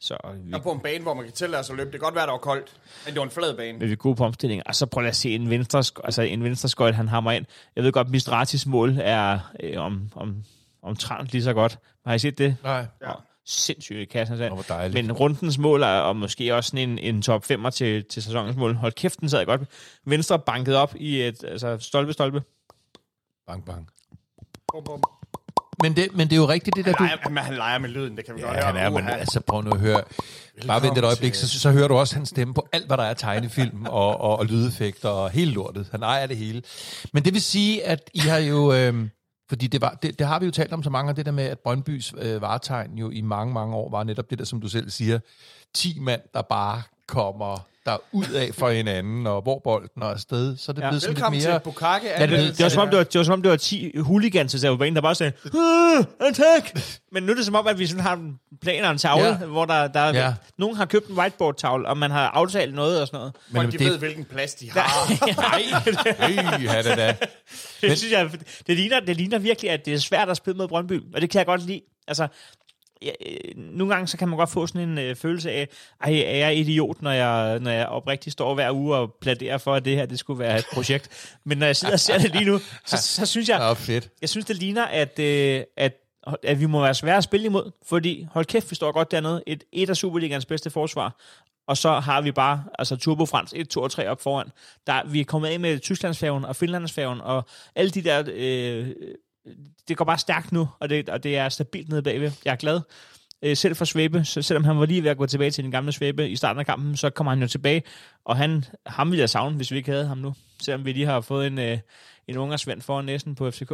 så vi,
Jeg er på en bane, hvor man kan tillade sig at løbe. Det kan godt være, der var koldt, men det var en flad bane.
vi er gode på omstillinger. Og så prøv lige at se en venstre, altså en venstre skøjt, han hammer ind. Jeg ved godt, Mistratis mål er øh, om, om, omtrent lige så godt. Har I set det?
Nej.
Ja.
Åh, Sindssygt kassen.
Åh,
Oh,
hvor dejligt.
Men rundens mål er, og måske også sådan en, en top 5'er til, til sæsonens mål. Hold kæft, den sad godt. Venstre banket op i et altså, stolpe, stolpe.
Bang, bang.
Bum, bum.
Men det, men det er jo rigtigt, det der, du,
Leger, men han leger med lyden, det kan vi ja, godt
Ja,
høre.
han er, men
Uha.
altså prøv nu at høre. Bare vent et øjeblik, så, så hører du også hans stemme på alt, hvad der er tegnefilm og, og, og lydeffekter og hele lortet. Han ejer det hele. Men det vil sige, at I har jo... Øhm, fordi det, var, det, det har vi jo talt om så mange af det der med, at Brøndbys øh, varetegn jo i mange, mange år var netop det der, som du selv siger, 10 mand, der bare kommer der ud af for hinanden, og hvor bolden er afsted, så er det
Ja.
ja. blevet sådan lidt
Velkommen
mere...
til Bukake.
det- det var
Det var, som om, det var, det var, som om, det var 10 hooligans, der sad på banen, der bare sagde, "Ah, attack! Men nu er det som om, at vi sådan har en plan og en tavle, ja.
Ja.
hvor der, der ja.
Ja.
nogen har købt en whiteboard-tavle, og man har aftalt noget og sådan noget.
men
Men
de
det-
ved, hvilken plads de har.
Nej, øh, da, da.
Det synes jeg, det ligner, det ligner virkelig, at det er svært at spille mod Brøndby, og det kan jeg godt lide. Altså, jeg, øh, nogle gange så kan man godt få sådan en øh, følelse af, ej, er jeg idiot, når jeg, når jeg oprigtigt står hver uge og pladerer for, at det her det skulle være et projekt. Men når jeg sidder og ser det lige nu, så, så synes jeg,
Åh, fedt.
jeg synes, det ligner, at, øh, at, at vi må være svære at spille imod, fordi hold kæft, vi står godt dernede. Et, et af Superligans bedste forsvar, og så har vi bare altså Turbo Frans 1, 2 og 3 op foran. Der, vi er kommet af med Tysklandsfærgen og Finlandsfærgen, og alle de der... Øh, det går bare stærkt nu, og det, og det er stabilt nede bagved. Jeg er glad. Øh, selv for Svæbe, så selvom han var lige ved at gå tilbage til den gamle Svæbe i starten af kampen, så kommer han jo tilbage, og han, ham ville jeg savne, hvis vi ikke havde ham nu. Selvom vi lige har fået en, øh, en ungersvend foran næsen på FCK.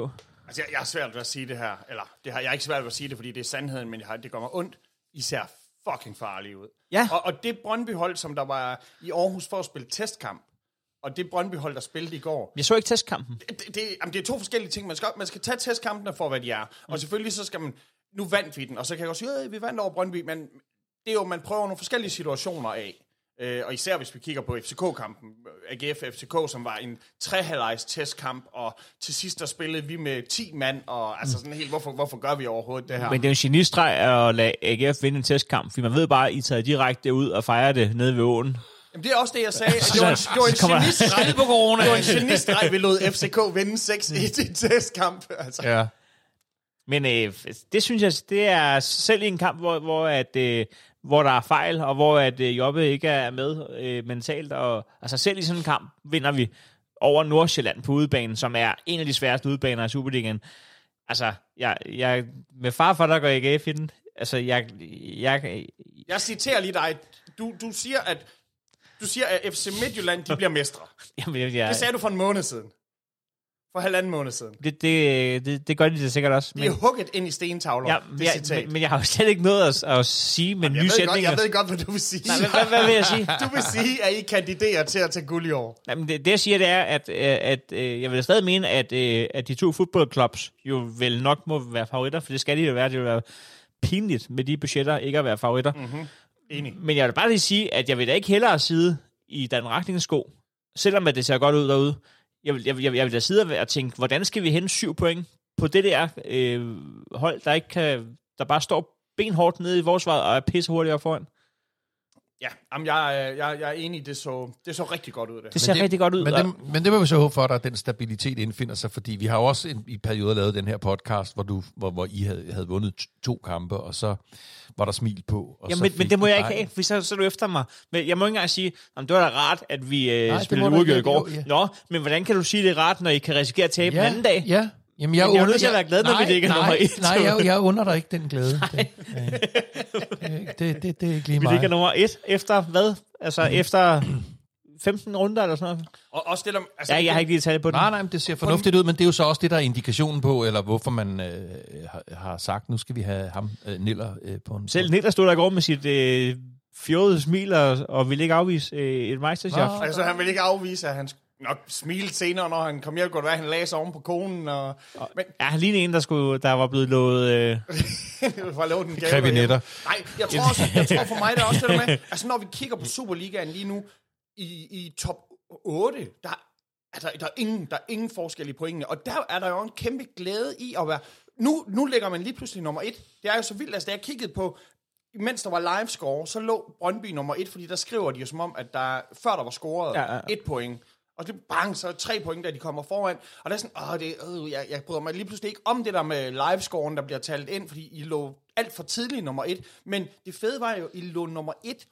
Altså, jeg, jeg har svært ved at sige det her. Eller, det har, jeg er ikke svært ved at sige det, fordi det er sandheden, men jeg har, det gør mig ondt. I ser fucking farlige ud.
Ja.
Og, og det Brøndby-hold, som der var i Aarhus for at spille testkamp, og det Brøndby-hold, der spillede i går,
Jeg så ikke testkampen.
det, det, jamen, det er to forskellige ting. Man skal, man skal tage testkampene for, hvad de er.
Mm.
Og selvfølgelig så skal man... Nu vandt vi den, og så kan jeg også sige, at vi vandt over Brøndby, men det er jo, man prøver nogle forskellige situationer af. Øh, og især hvis vi kigger på FCK-kampen, AGF-FCK, som var en trehalvlejs testkamp, og til sidst der spillede vi med 10 mand, og altså sådan helt, hvorfor, hvorfor gør vi overhovedet det her?
Mm. Men det er jo en genistreg at lade AGF vinde en testkamp, fordi man ved bare, at I tager direkte ud og fejrer det nede ved åen.
Jamen, det er også det, jeg sagde. at Det var en, det var
Så kommer
en
der-
genistreg.
på corona.
Det var en genistreg, vi lod FCK vinde 6-1 i en testkamp. Altså.
Ja.
Men øh, det synes jeg, det er selv i en kamp, hvor, hvor, at, øh, hvor der er fejl, og hvor at øh, Jobbe ikke er med øh, mentalt. Og, altså selv i sådan en kamp vinder vi over Nordsjælland på udebanen, som er en af de sværeste udebaner i Superligaen. Altså, jeg, jeg, med far for, der går AGF i den. Altså, jeg, jeg,
Jeg citerer lige dig. Du, du siger, at du siger, at FC Midtjylland, de bliver mestre.
jamen, jeg, jeg
Det sagde du for en måned siden. For halvanden måned siden.
det, det, det, det gør de da sikkert også.
Det er hugget ind i stentavler,
Ja,
ja,
men,
det
jeg,
citat.
men, men jeg har jo slet ikke noget at, at sige med
jeg,
nye
ved godt,
sætninger.
jeg ved godt, hvad du vil sige.
Nej, men hvad, hvad vil jeg sige?
Du vil sige, at I kandiderer til at tage guld i år.
Jamen, det, det, jeg siger, det er, at, øh, at øh, jeg vil stadig mene, at, øh, at de to fodboldklubs jo vel nok må være favoritter, for det skal de jo være. Det vil være pinligt med de budgetter ikke at være favoritter.
Mhm.
Mm-hmm.
Enig.
Men jeg vil bare lige sige, at jeg vil da ikke hellere sidde i Dan Raklings sko, selvom at det ser godt ud derude. Jeg vil, jeg, vil, jeg vil- jeg vil da sidde og tænke, hvordan skal vi hente syv point på det der øh, hold, der ikke kan, der bare står benhårdt nede i forsvaret og er pisse hurtigt op foran.
Ja, jamen, jeg, øh, jeg, jeg er enig. Det så, det så rigtig godt ud, det.
Det ser
det-
rigtig godt ud.
Men
og-
det, men det må vi så håbe for dig, at den stabilitet indfinder sig, fordi vi har jo også en, i perioder lavet den her podcast, hvor, du, hvor, hvor I havde, havde vundet t- to kampe, og så var der smil på. Og
Ja,
så
men,
fik
men det må
I
jeg ikke
bare-
have, for så, så er du efter mig. Men jeg må ikke engang sige, om det var da rart, at vi øh,
Nej,
Nej,
det
spillede
må du
uafgjort i
ikke.
går.
Jo,
Ja.
ja.
Nå, men hvordan kan du sige, det er rart, når I kan risikere at tabe ja.
ja,
en anden dag? Ja.
Ja, Jamen, jeg,
Men jeg er jo
under-
nødt til at være glad, når
nej,
vi ligger
nej,
nummer et.
Nej, jeg, jeg under dig ikke den glæde. Det, øh, det, det, det er ikke lige
Vi
mig. Mm.
ligger nummer et efter hvad? Altså efter 15 runder eller sådan noget.
Og også det, der, altså,
Ja, jeg har ikke lige tal på den.
Nej, nej, men det ser fornuftigt ud, men det er jo så også det, der er indikationen på, eller hvorfor man øh, har, har sagt, nu skal vi have ham, øh, Niller, øh, på en...
Selv Niklas stod der i går med sit øh, fjolede smil og, og ville ikke afvise øh, et meisterchef.
Nå.
Altså, han vil ikke afvise, at han nok smilte senere, når han kom hjem. Det kunne være, at han lagde sig oven på konen, og, og men
Ja, han lignede en, der, skulle, der var blevet lovet... Øh,
for at lave den gave.
Krebinetter.
derhjemme. Nej, jeg tror, også, jeg tror for mig, det er også det der med, altså når vi kigger på Superligaen lige nu, i, i top 8, der, er- altså, der, er ingen, der er ingen forskel i pointene, og der er der jo en kæmpe glæde i at være, nu, nu ligger man lige pludselig nummer 1. Det er jo så vildt, altså da jeg kiggede på, mens der var live score, så lå Brøndby nummer 1, fordi der skriver de jo som om, at der, før der var scoret,
Ja, ja, ja.
et point. Og det bang, så er tre point, da de kommer foran. Og det er sådan, åh, det, øh, jeg, jeg bryder mig lige pludselig ikke om det der med livescoren, der bliver talt ind, fordi I lå alt for tidligt nummer et. Men det fede var jo, I lå nummer et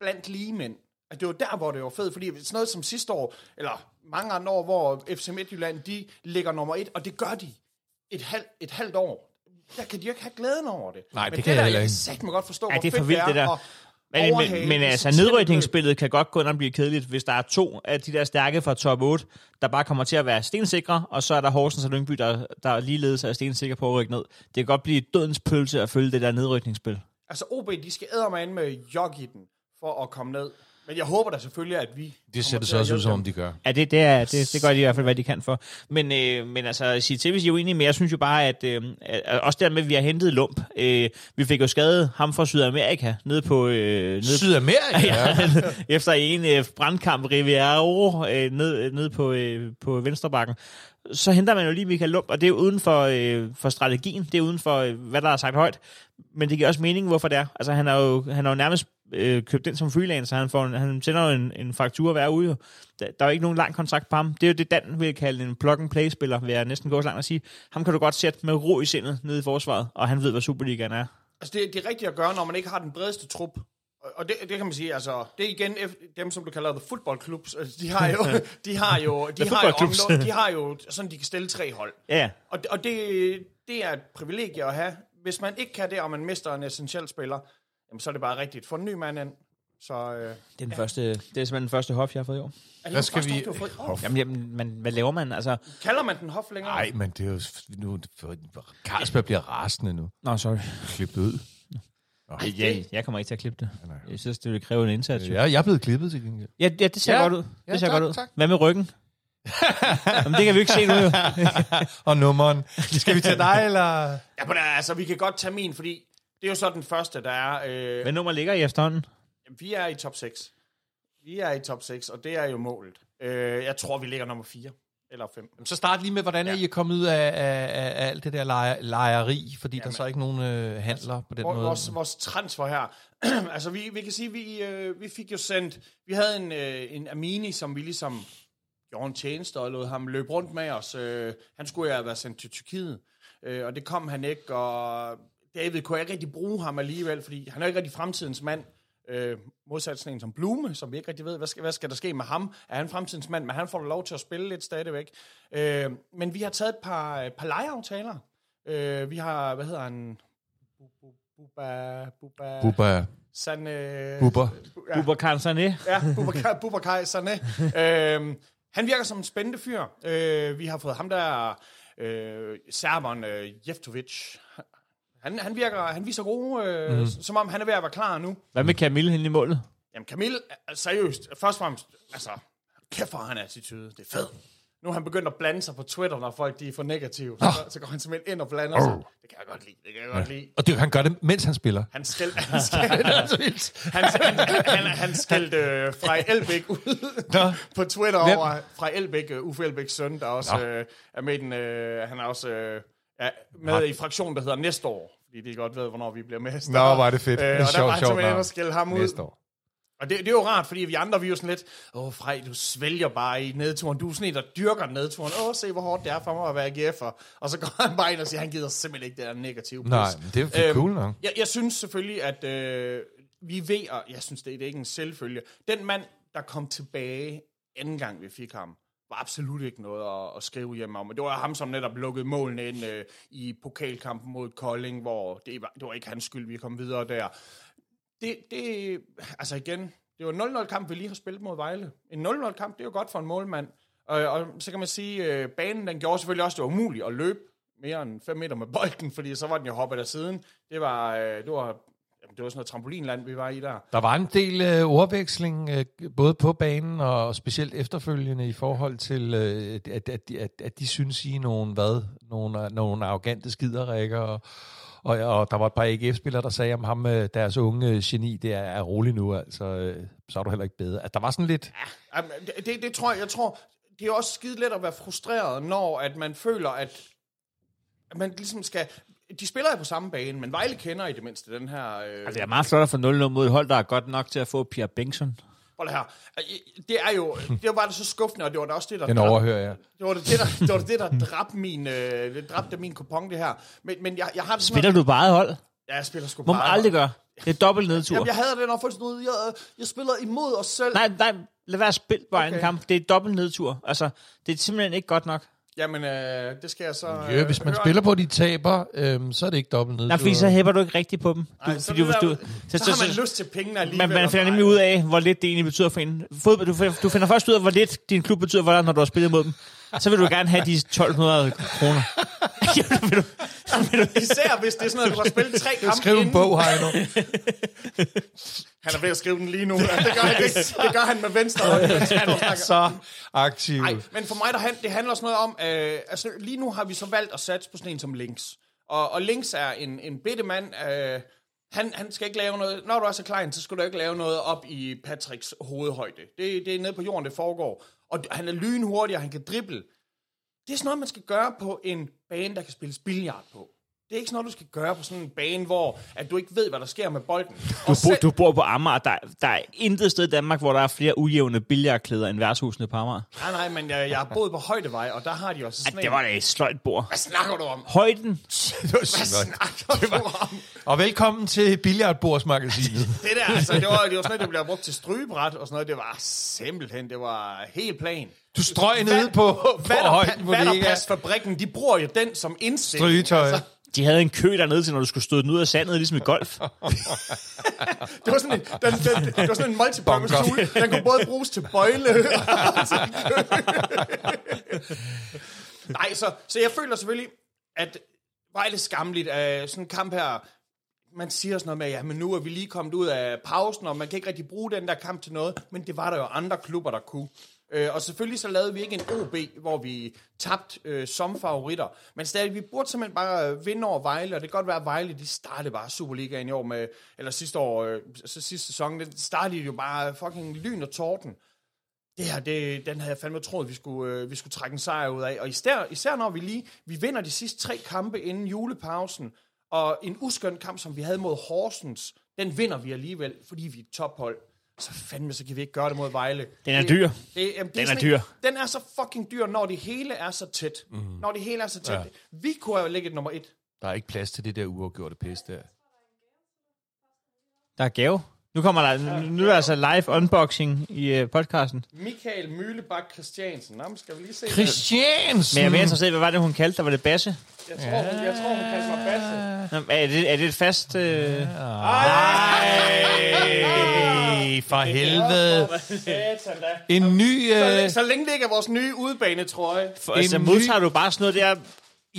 blandt ligemænd. At det var der, hvor det var fedt, fordi sådan noget som sidste år, eller mange andre år, hvor FC Midtjylland, de ligger nummer et, og det gør de et, halv, et halvt år. Der kan de jo ikke have glæden over det.
Nej,
Men
det kan jeg
der,
heller
jeg
ikke.
sæt mig godt forstå,
Ja,
hvor
det er for
fedt
vildt, det der.
og
men,
overhale
men, men
i så
altså,
tæt et løb.
nedrykningsspillet kan godt gå ind og blive kedeligt, hvis der er to af de der stærke fra top 8, der bare kommer til at være stensikre, og så er der Horsens og Lyngby, der, der ligeledes er stensikre på at rykke ned. Det kan godt blive dødens pølse at følge det der nedrykningsspil.
Altså, OB, de skal æde mig ind med jog i den, for at komme ned. Men jeg håber da selvfølgelig, at vi...
Det ser
kommer
det
til
så
at
også ud,
hjælpe
som om
dem.
de gør.
Ja, det, det, er, det, det gør de i hvert fald, hvad de kan for. Men, øh, men altså, sig til, hvis I er uenige, men jeg synes jo bare, at, øh, at at også dermed, at vi har hentet Lump. Øh, vi fik jo skadet ham fra Sydamerika, nede på... Øh, nede
Sydamerika? ja.
efter en øh, brandkamp Riviero øh, ned, øh, ned på, øh, på venstrebakken, så henter man jo lige Michael Lump, og det er jo uden for, øh, for strategien, det er uden for, øh, hvad der er sagt højt, men det giver også mening, hvorfor det er. Altså, han har jo, han har jo nærmest øh, købt ind som freelancer, han, får en, han sender jo en, en faktura hver uge. jo. Der, der er jo ikke nogen lang kontrakt på ham. Det er jo det, Dan vil kalde en plug-and-play-spiller, vil jeg næsten gå så langt at sige. Ham kan du godt sætte med ro i sindet nede i forsvaret, og han ved, hvad Superligaen er.
Altså, det, det er rigtigt at gøre, når man ikke har den bredeste trup. Og- Og det, det kan man sige, altså, det er igen F- dem, som du kalder the football clubs. Altså, de har jo, de har jo, de har jo,
football clubs.
omlå- de har jo sådan, de kan stille tre hold.
Ja, ja.
Og, det- og det, det er et privilegie at have. Hvis man ikke kan det, og man mister en essentiel spiller, jamen, så er det bare rigtigt. Få en ny mand ind. Så, øh,
Det er, den første, det er simpelthen den første hof, jeg har fået i år.
Hvad
skal vi-
Hof.
Jamen, jamen man, hvad laver man? Altså,
Kalder man den hof længere?
Nej, men det er jo... Nu, Carlsberg bliver rasende nu.
Nå, sorry.
Klippet ud.
Jeg, jeg kommer ikke til at klippe det.
nej.
Jeg synes, det vil kræve en indsats. jo.
Ja, jeg er blevet klippet til gengæld.
Ja, ja det ser
Ja.
godt ud.
Ja,
Det ser
tak,
godt ud.
tak.
Hvad med ryggen? Jamen, det kan vi jo ikke se nu. Jo.
Og nummeren. Skal vi tage dig, eller...
Ja, men altså, vi kan godt tage min, fordi det er jo så den første, der er... Øh,
Hvad nummer ligger I efterhånden?
vi er i top 6. Vi er i top 6, og det er jo målet. Øh, jeg tror, vi ligger nummer 4 eller 5.
Så start lige med, hvordan er I er kommet ud af, af, af, af alt det der leje, lejeri, fordi Jamen. der er så ikke nogen øh, handler på den
Vores,
måde.
vores, vores transfer her. altså, vi, vi kan sige, vi, øh, vi fik jo sendt... Vi havde en, øh, en Amini, som vi ligesom gjorde en tjeneste og lod ham løbe rundt med os. Øh, han skulle jo have været sendt til Tyrkiet, øh, og det kom han ikke, og David kunne ikke rigtig bruge ham alligevel, fordi han er jo ikke rigtig fremtidens mand. Øh, modsat sådan en som Blume, som vi ikke rigtig ved, hvad skal, hvad skal der ske med ham? Er han fremtidens mand? Men han får lov til at spille lidt stadigvæk. Øh, men vi har taget et par, et par lejeaftaler. Øh, vi har, hvad hedder han? Bu- bu- Buba, Buba,
Bubba.
San, øh,
Bubba.
Ja.
Uber Kansane.
Ja, Bubakar, Bubakar Sané. øhm, han virker som en spændende fyr. Øh, vi har fået ham der, øh, serberen øh, Jeftovic. Han, han virker, han viser gode, øh, mm. som om han er ved at være klar nu.
Hvad med Camille henne i målet?
Jamen Camille, er- seriøst, først og fremmest, altså, kæft for han er attitude, det er fedt. Nu er han begyndt at blande sig på Twitter, når folk de er for negative. Så, så går han simpelthen ind og blander sig. Det kan jeg godt lide, det kan jeg godt lide.
Og det, han gør det, mens han spiller.
Han skældte, han skældte,
Det er så vildt.
han, han, han, han skældte øh, Frej Elbæk ud
Nå.
på Twitter
Hvem?
over Frej Elbæk, øh, Uffe Elbæks søn, der også
Nå.
øh, er med, i den, øh, han er også øh, er med i fraktionen, der hedder næste år. Fordi de godt ved, hvornår vi bliver med.
Nå, hvor er det fedt.
Øh, og
Det er
der
sjovt,
var han
sjovt
simpelthen
navn.
inde og skælde ham ud.
Næste år.
Og det, det er jo rart, fordi vi andre, vi er jo sådan lidt, åh Frej, du svælger bare i nedturen. Du er sådan en, der dyrker nedturen. Åh, se hvor hårdt det er for mig at være AGF'er. Og så går han bare ind og siger, han gider simpelthen ikke det der negative pis.
Nej, men det er øhm,
Øhm,
cool nok.
Jeg, jeg synes selvfølgelig, at øh, vi ved, og jeg synes, det, det er ikke en selvfølge. Den mand, der kom tilbage anden gang, vi fik ham, var absolut ikke noget at, at skrive hjem om. Det var ham, som netop lukkede målene ind øh, i pokalkampen mod Kolding, hvor det var, det var ikke hans skyld, vi kom videre der. Det, det altså igen, Det var en 0-0 kamp, vi lige har spillet mod Vejle. En 0-0 kamp, det er jo godt for en målmand. Og, og så kan man sige, øh, banen den gjorde selvfølgelig også, det var umuligt at løbe mere end 5 meter med bolden, fordi så var den jo hoppet af siden. Det var, øh, det var, jamen, det var sådan noget trampolinland, vi var i der.
Der var en del øh, ordveksling, øh, både på banen og specielt efterfølgende i forhold til, øh, at, at, at, at de synes, I er nogle, hvad, nogle, nogle arrogante skiderikker. Og, og, og der var et par AGF-spillere, der sagde om ham, øh, deres unge øh, geni, det er, er rolig nu, altså, øh, så er du heller ikke bedre. At der var sådan lidt,
Jamen, det, det, det tror jeg, jeg tror, det er også skide let at være frustreret, når at man føler, at, at man ligesom skal... De spiller jo på samme bane, men Vejle kender i det mindste den her... Øh,
Altså, det er meget flot at få 0-0 mod et hold, der er godt nok til at få Pierre Bengtsson.
prøv lige her. Øh, Det er jo... Det var da så skuffende, og det var da også det, der...
den
dræbte-
overhører jeg.
Det var da det, der, det, var da det, der dræbte min, øh, det dræbte min kupon, det her. Men, men jeg, jeg har det sådan...
Spiller du bare et hold?
Ja, jeg spiller sgu
Må man
bare-
aldrig gøre. Det er dobbelt nedtur.
Jamen, jeg hader det, når folk sådan ud, jeg, øh, jeg spiller imod os selv.
Nej, nej, lad være at spille på egen
Okay.
kamp. Det er dobbelt nedtur. Altså, det er simpelthen ikke godt nok.
Jamen, øh, det skal jeg så... Øh,
Ja, hvis man
høre.
spiller på, de taber, øh, så er det ikke dobbelt ned.
Nej, fordi så hæpper du ikke rigtigt på dem. Du,
Ej, så,
fordi
det
hvis
der,
du,
så, så, har man lyst til pengene alligevel.
man, man finder
og-
nemlig ud af, hvor lidt det egentlig betyder for en. Fodbold, du, finder, du finder først ud af, hvor lidt din klub betyder for dig, når du har spillet mod dem. Så vil du gerne have de 1200 kroner. Ja, vil du, vil du,
Især hvis det er sådan noget, du har spillet tre kampe
øh, Skriv en
inden.
bog, Heino.
Han er ved at skrive den lige nu. Det gør han, ikke. det gør han med venstre hånd. mens han snakker.
så aktiv.
Nej, men for mig, der han, det handler sådan noget om, øh, altså lige nu har vi så valgt at satse på sådan en som Links. Og, og Links er en, en bitte mand, øh, han, han skal ikke lave noget, når du er så klein, så skal du ikke lave noget op i Patricks hovedhøjde. Det, det er nede på jorden, det foregår. Og han er lynhurtig, og han kan drible. Det er sådan noget, man skal gøre på en bane, der kan spilles billiard på. Det er ikke sådan noget, du skal gøre på sådan en bane, hvor at du ikke ved, hvad der sker med bolden.
du,
Og
bo,
selv-
du bor på Amager. Der, der er intet sted i Danmark, hvor der er flere ujævne billiardklæder end værtshusene på Amager.
Nej, nej, men jeg, jeg har boet på Højdevej, og der har de også sådan
Ej, det var da et sløjt bord.
Hvad snakker du om?
Højden.
Hvad snakker du om?
Og velkommen til Billiardbordsmagasinet.
Det der, altså, det var, det var sådan noget, det blev brugt til strygebræt og sådan noget. Det var simpelthen, det var helt plan.
Du strøg nede på, på højden, hvor det ikke er.
fabrikken, de bruger jo den som indsigt.
Strygetøj.
De havde en kø dernede til, når du skulle støde den ud af sandet, ligesom i golf.
Det var sådan en, den, den, det var sådan en multipurpose
Bunker.
tool. Den kunne både bruges til bøjle og til kø. Nej, så, så jeg føler selvfølgelig, at Vejle skamligt af øh, sådan en kamp her. Man siger sådan noget med, ja, men nu er vi lige kommet ud af pausen, og man kan ikke rigtig bruge den der kamp til noget. Men det var der jo andre klubber, der kunne. Øh, og selvfølgelig så lavede vi ikke en OB, hvor vi tabte øh, som favoritter. Men stadig, vi burde simpelthen bare øh, vinde over Vejle, og det kan godt være, at Vejle, de startede bare Superligaen i år med, eller sidste år, øh, så sidste sæson, det startede de jo bare fucking lyn og torden. Det her, det, den havde jeg fandme troet, vi skulle, øh, vi skulle trække en sejr ud af. Og især, især når vi lige, vi vinder de sidste tre kampe inden julepausen, og en uskøn kamp, som vi havde mod Horsens, den vinder vi alligevel, fordi vi er et tophold. Så fandme, så kan vi ikke gøre det mod Vejle.
Den er
Det-
dyr.
Det, jamen, det
Den er
sådan en-
dyr. Mhm.
Den er så fucking dyr, når det hele er så tæt. Mm. Når det hele er så tæt. Ja. Vi kunne have ligget nummer et.
Der er ikke plads til det der uafgjorte pis der.
Der er gave. Nu kommer der, nu er der altså live unboxing i øh, podcasten.
Michael Mølebak Christiansen. Nå, men skal vi lige se.
Christiansen!
Men jeg er mere interesseret, i, hvad var det, hun kaldte Der Var det Basse?
Jeg tror, hun, jeg tror, hun kaldte mig Basse.
Nå, Er det, er det et fast... Øh...
Ej, for helvede.
Satan da.
En ny...
Så,
Øh,
så længe det ikke er vores nye udebanetrøje.
For, altså,
En ny-
modtager du bare sådan noget der...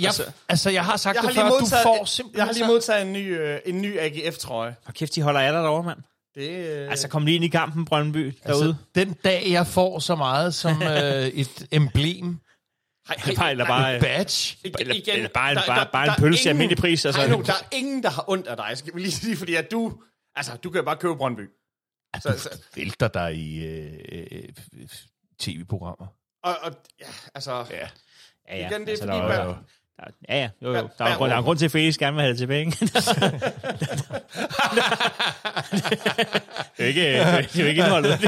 jeg, altså, jeg har sagt
Jeg har
det
lige
før, du
modtaget,
får simpelthen...
jeg har lige
så-
modtaget en ny, øh, en ny AGF-trøje.
Hvor kæft, de holder af dig derovre, mand.
Det, øh,
Altså, kom lige ind i kampen, Brøndby, derude.
altså, den dag, jeg får så meget som øh, et emblem,
hej,
Altså, bare, eller bare, øh,
badge...
igen,
eller-
igen,
eller bare en-
der-
bare-
der-
bare en
der er
pølse i
ingen-
almindelig pris, altså.
Ej, nu, der er ingen, der har ondt af dig, skal vi lige sige, fordi at du... Altså, du kan jo bare købe Brøndby. Så, så,
vælter dig i øh, øh, tv-programmer.
og, og, ja, altså... Ja.
ja, ja.
igen, det er
altså,
fordi,
der,
man-
jo, der, ja, ja, jo, jo. Der, er,
hver
jo grund, der er en grund til, at Felix gerne vil have det tilbage, ikke? det er jo ikke, det er jo ikke indholdet.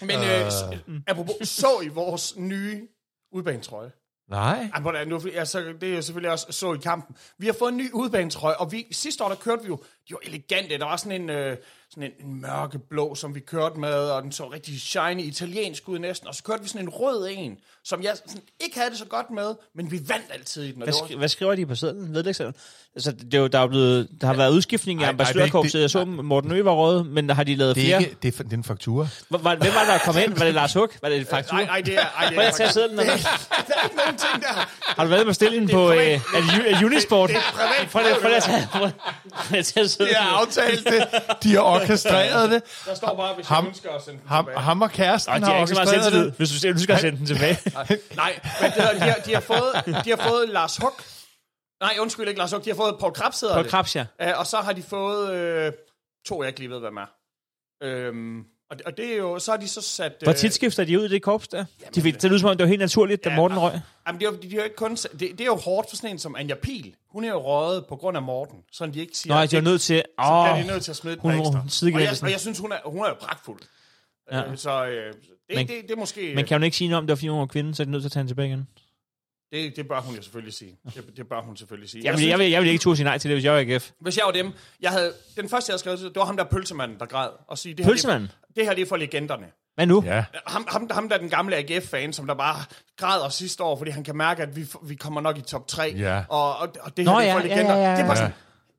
Men øh, s- apropos, så I vores nye udbanetrøje?
Nej.
Ej, hvordan, nu, ja, så, det er jo selvfølgelig også så i kampen. Vi har fået en ny udbanetrøje, og vi, sidste år der kørte vi jo, de var elegante, der var sådan en, øh, sådan en, en mørkeblå, som vi kørte med, og den så rigtig shiny italiensk ud næsten. Og så kørte vi sådan en rød en, som jeg sådan, ikke havde det så godt med, men vi vandt altid i den. Og
Hvad,
det var,
sk- hvad skriver de på sædlen? Vedlægssedlen? Altså, det er jo, der, er blevet, der har været udskiftning i
ej, det er ikke
ambassadørkorpset.
det-
Jeg så Morten Øverråd, men har de lavet
Det er
flere?
ikke det er, fa- det er en faktura.
Hvor- hvor- Hvem var der, der kom ind? Var det Lars Hug? Var det Faktur?
nej, nej, det er... Ej, det
Må
er
jeg tage
faktisk-
sædlen? eller?
der er ikke nogen ting der.
Har du været på stillingen på øh,
privat.
at, Ju- at Unisport?
Det er et privat
Prøv lige- prøv lige at tage- prøv lige at tage
De
sædlen.
har aftalt det. De har orkestreret det.
Der står bare, hvis
Ham-
jeg ønsker at sende den
Ham,
tilbage.
ham og kæresten
Og de
har
har ikke så meget
orkestreret
selvtillid,
det.
hvis du selv skal sende den tilbage.
Nej, men det, hedder- de, har, de, har fået, de har fået Lars Huck. Nej, undskyld ikke Lars Huck. De har fået Paul Krabs, hedder
På
det.
Krabs, ja.
Øh, og så har de fået øh, to, jeg ikke lige ved, hvem er. Øhm, og, det- og det er jo, så har de så sat... øh,
Hvor tit skifter de ud i det korps der? De fik, det lyder som om, det var helt naturligt, da
Ja,
Morten
ja.
røg.
Jamen, det er, jo, de, de er jo ikke kun, det, det er jo hårdt for sådan en som Anja Pil. Hun er jo røget på grund af Morten, sådan de ikke siger...
Nej, de var
det-
nødt til...
Så
Åh,
bliver de nødt til at smide et
hun-
par ekstra.
hun-
og, jeg,
sidegevindelsen.
og jeg synes, hun er, hun er jo pragtfuld.
Ja.
Ja. Øh, så øh, det,
Men-
men, det, det, er måske...
men kan hun ikke sige noget om, det var fordi hun var kvinde, så er de nødt til at tage hende tilbage igen?
det, det bør hun jo selvfølgelig sige. Det, det bør hun selvfølgelig sige.
Jamen, jeg, vil, jeg vil ikke turde sige nej til det, hvis jeg var AGF.
Hvis jeg var dem, jeg havde, den første, jeg havde skrevet, til, det var ham der pølsemanden, der græd. Og sige, det
Pølsemanden?
Her, det, det her, det er for legenderne.
Hvad nu?
Ja.
Ham, ham, ham der er den gamle AGF-fan, som der bare græder sidste år, fordi han kan mærke, at vi, vi kommer nok i top 3.
Ja.
Og, og, og det
Nå
her, det er
ja,
for
ja,
legender.
ja, ja,
Det er bare
ja.
sådan,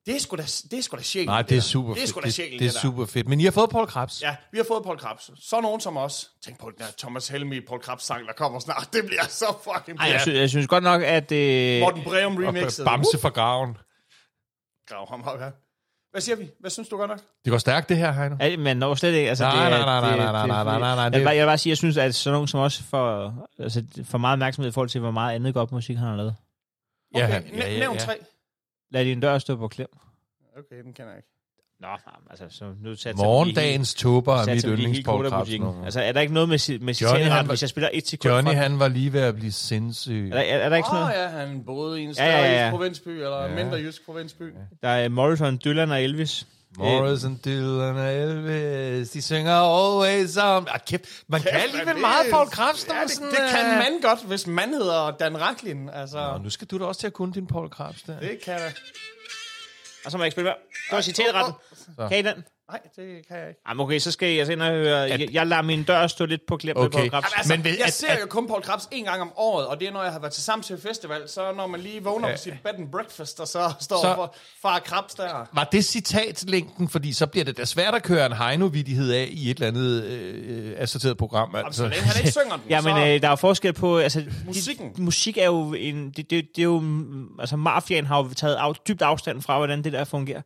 det er sgu da, det er sgu da sjælen.
Nej, det er
der.
super
Det er sgu
fedt.
da sjælen,
Det, det er
der.
super fedt. Men I har fået Paul Krabs.
Ja, vi har fået Paul Krabs. Så nogen som os. Tænk på den der Thomas Helmi, Paul Krabs sang, der kommer snart. Det bliver så fucking
Ej,
Ej,
jeg, synes, jeg synes godt nok, at... Øh,
Morten Breum remixet.
Og Bamse fra graven.
Grav ham op her. Hvad siger vi? Hvad synes du godt nok?
Det går stærkt, det her, Heino.
at man når slet ikke... Altså,
Nej,
det,
nej, nej, nej,
det-
nej, nej,
det-
nej, nej, nej, nej,
Jeg
det-
vil, bare, jeg vil bare sige, at jeg synes, at sådan nogen som os får, altså, får meget opmærksomhed i forhold til, hvor meget andet godt musik han har lavet.
Okay,
Ja, han-
næ-
ja, ja,
nævn
ja.
tre.
Lad din dør stå på klem.
Okay, den kender jeg ikke.
Nå, nej, altså, så nu satser vi lige-
Morgendagens tåber er mit
satser vi lige helt
yndlings-Paul Krabs.
kvotebutikken. Altså, er der ikke noget med, ci- med
Johnny,
citatret,
han var-
hvis jeg spiller et sekund
Johnny,
fra?
han var lige ved at blive sindssyg.
Er der, er, er der ikke sådan
Åh oh,
noget?
ja, han boede i en
Ja,
større
ja,
ja,
ja.
jysk provinsby, eller
Ja.
ja. mindre jysk provinsby.
Der er Morrison, Dylan og Elvis.
Morris and Dylan og Elvis, de synger always on... Ah, kæft, man kan alligevel
man
meget
ved.
Paul Krabs, når
Ja,
man
det,
sådan...
det kan
øh,
man godt, hvis man hedder Dan Raklin. Altså,
Nå, nu skal du da også til at kunne din Paul Krabs der.
det kan jeg.
Øh, Og så må jeg ikke spille mere. Det var citatretten. Kan I den?
Nej, det kan jeg ikke.
Jamen okay, så skal jeg ind og høre... Jeg, jeg lader min dør stå lidt på klem okay.
Okay.
på Krabs.
Altså,
Men
Men
ved-
ved, jeg
at-
at, ser jo kun Paul Krabs en gang om året, og det er, når jeg har været til Samsø Festival, så når man lige vågner på sit bed and breakfast, og så står
Så-
så, for far Krabs der.
Var det citatlængden? Fordi så bliver det da svært at køre en Heino-vittighed af i et eller andet øh, øh, assorteret program.
Og så
Altså.
længe han ikke synger den,
Jamen,
så...
øh, der er jo forskel på... Altså, de-
Musikken.
musik er jo en... Det, det, det er jo... mm, Altså, mafiaen har jo taget af, dybt afstand fra, hvordan det der fungerer.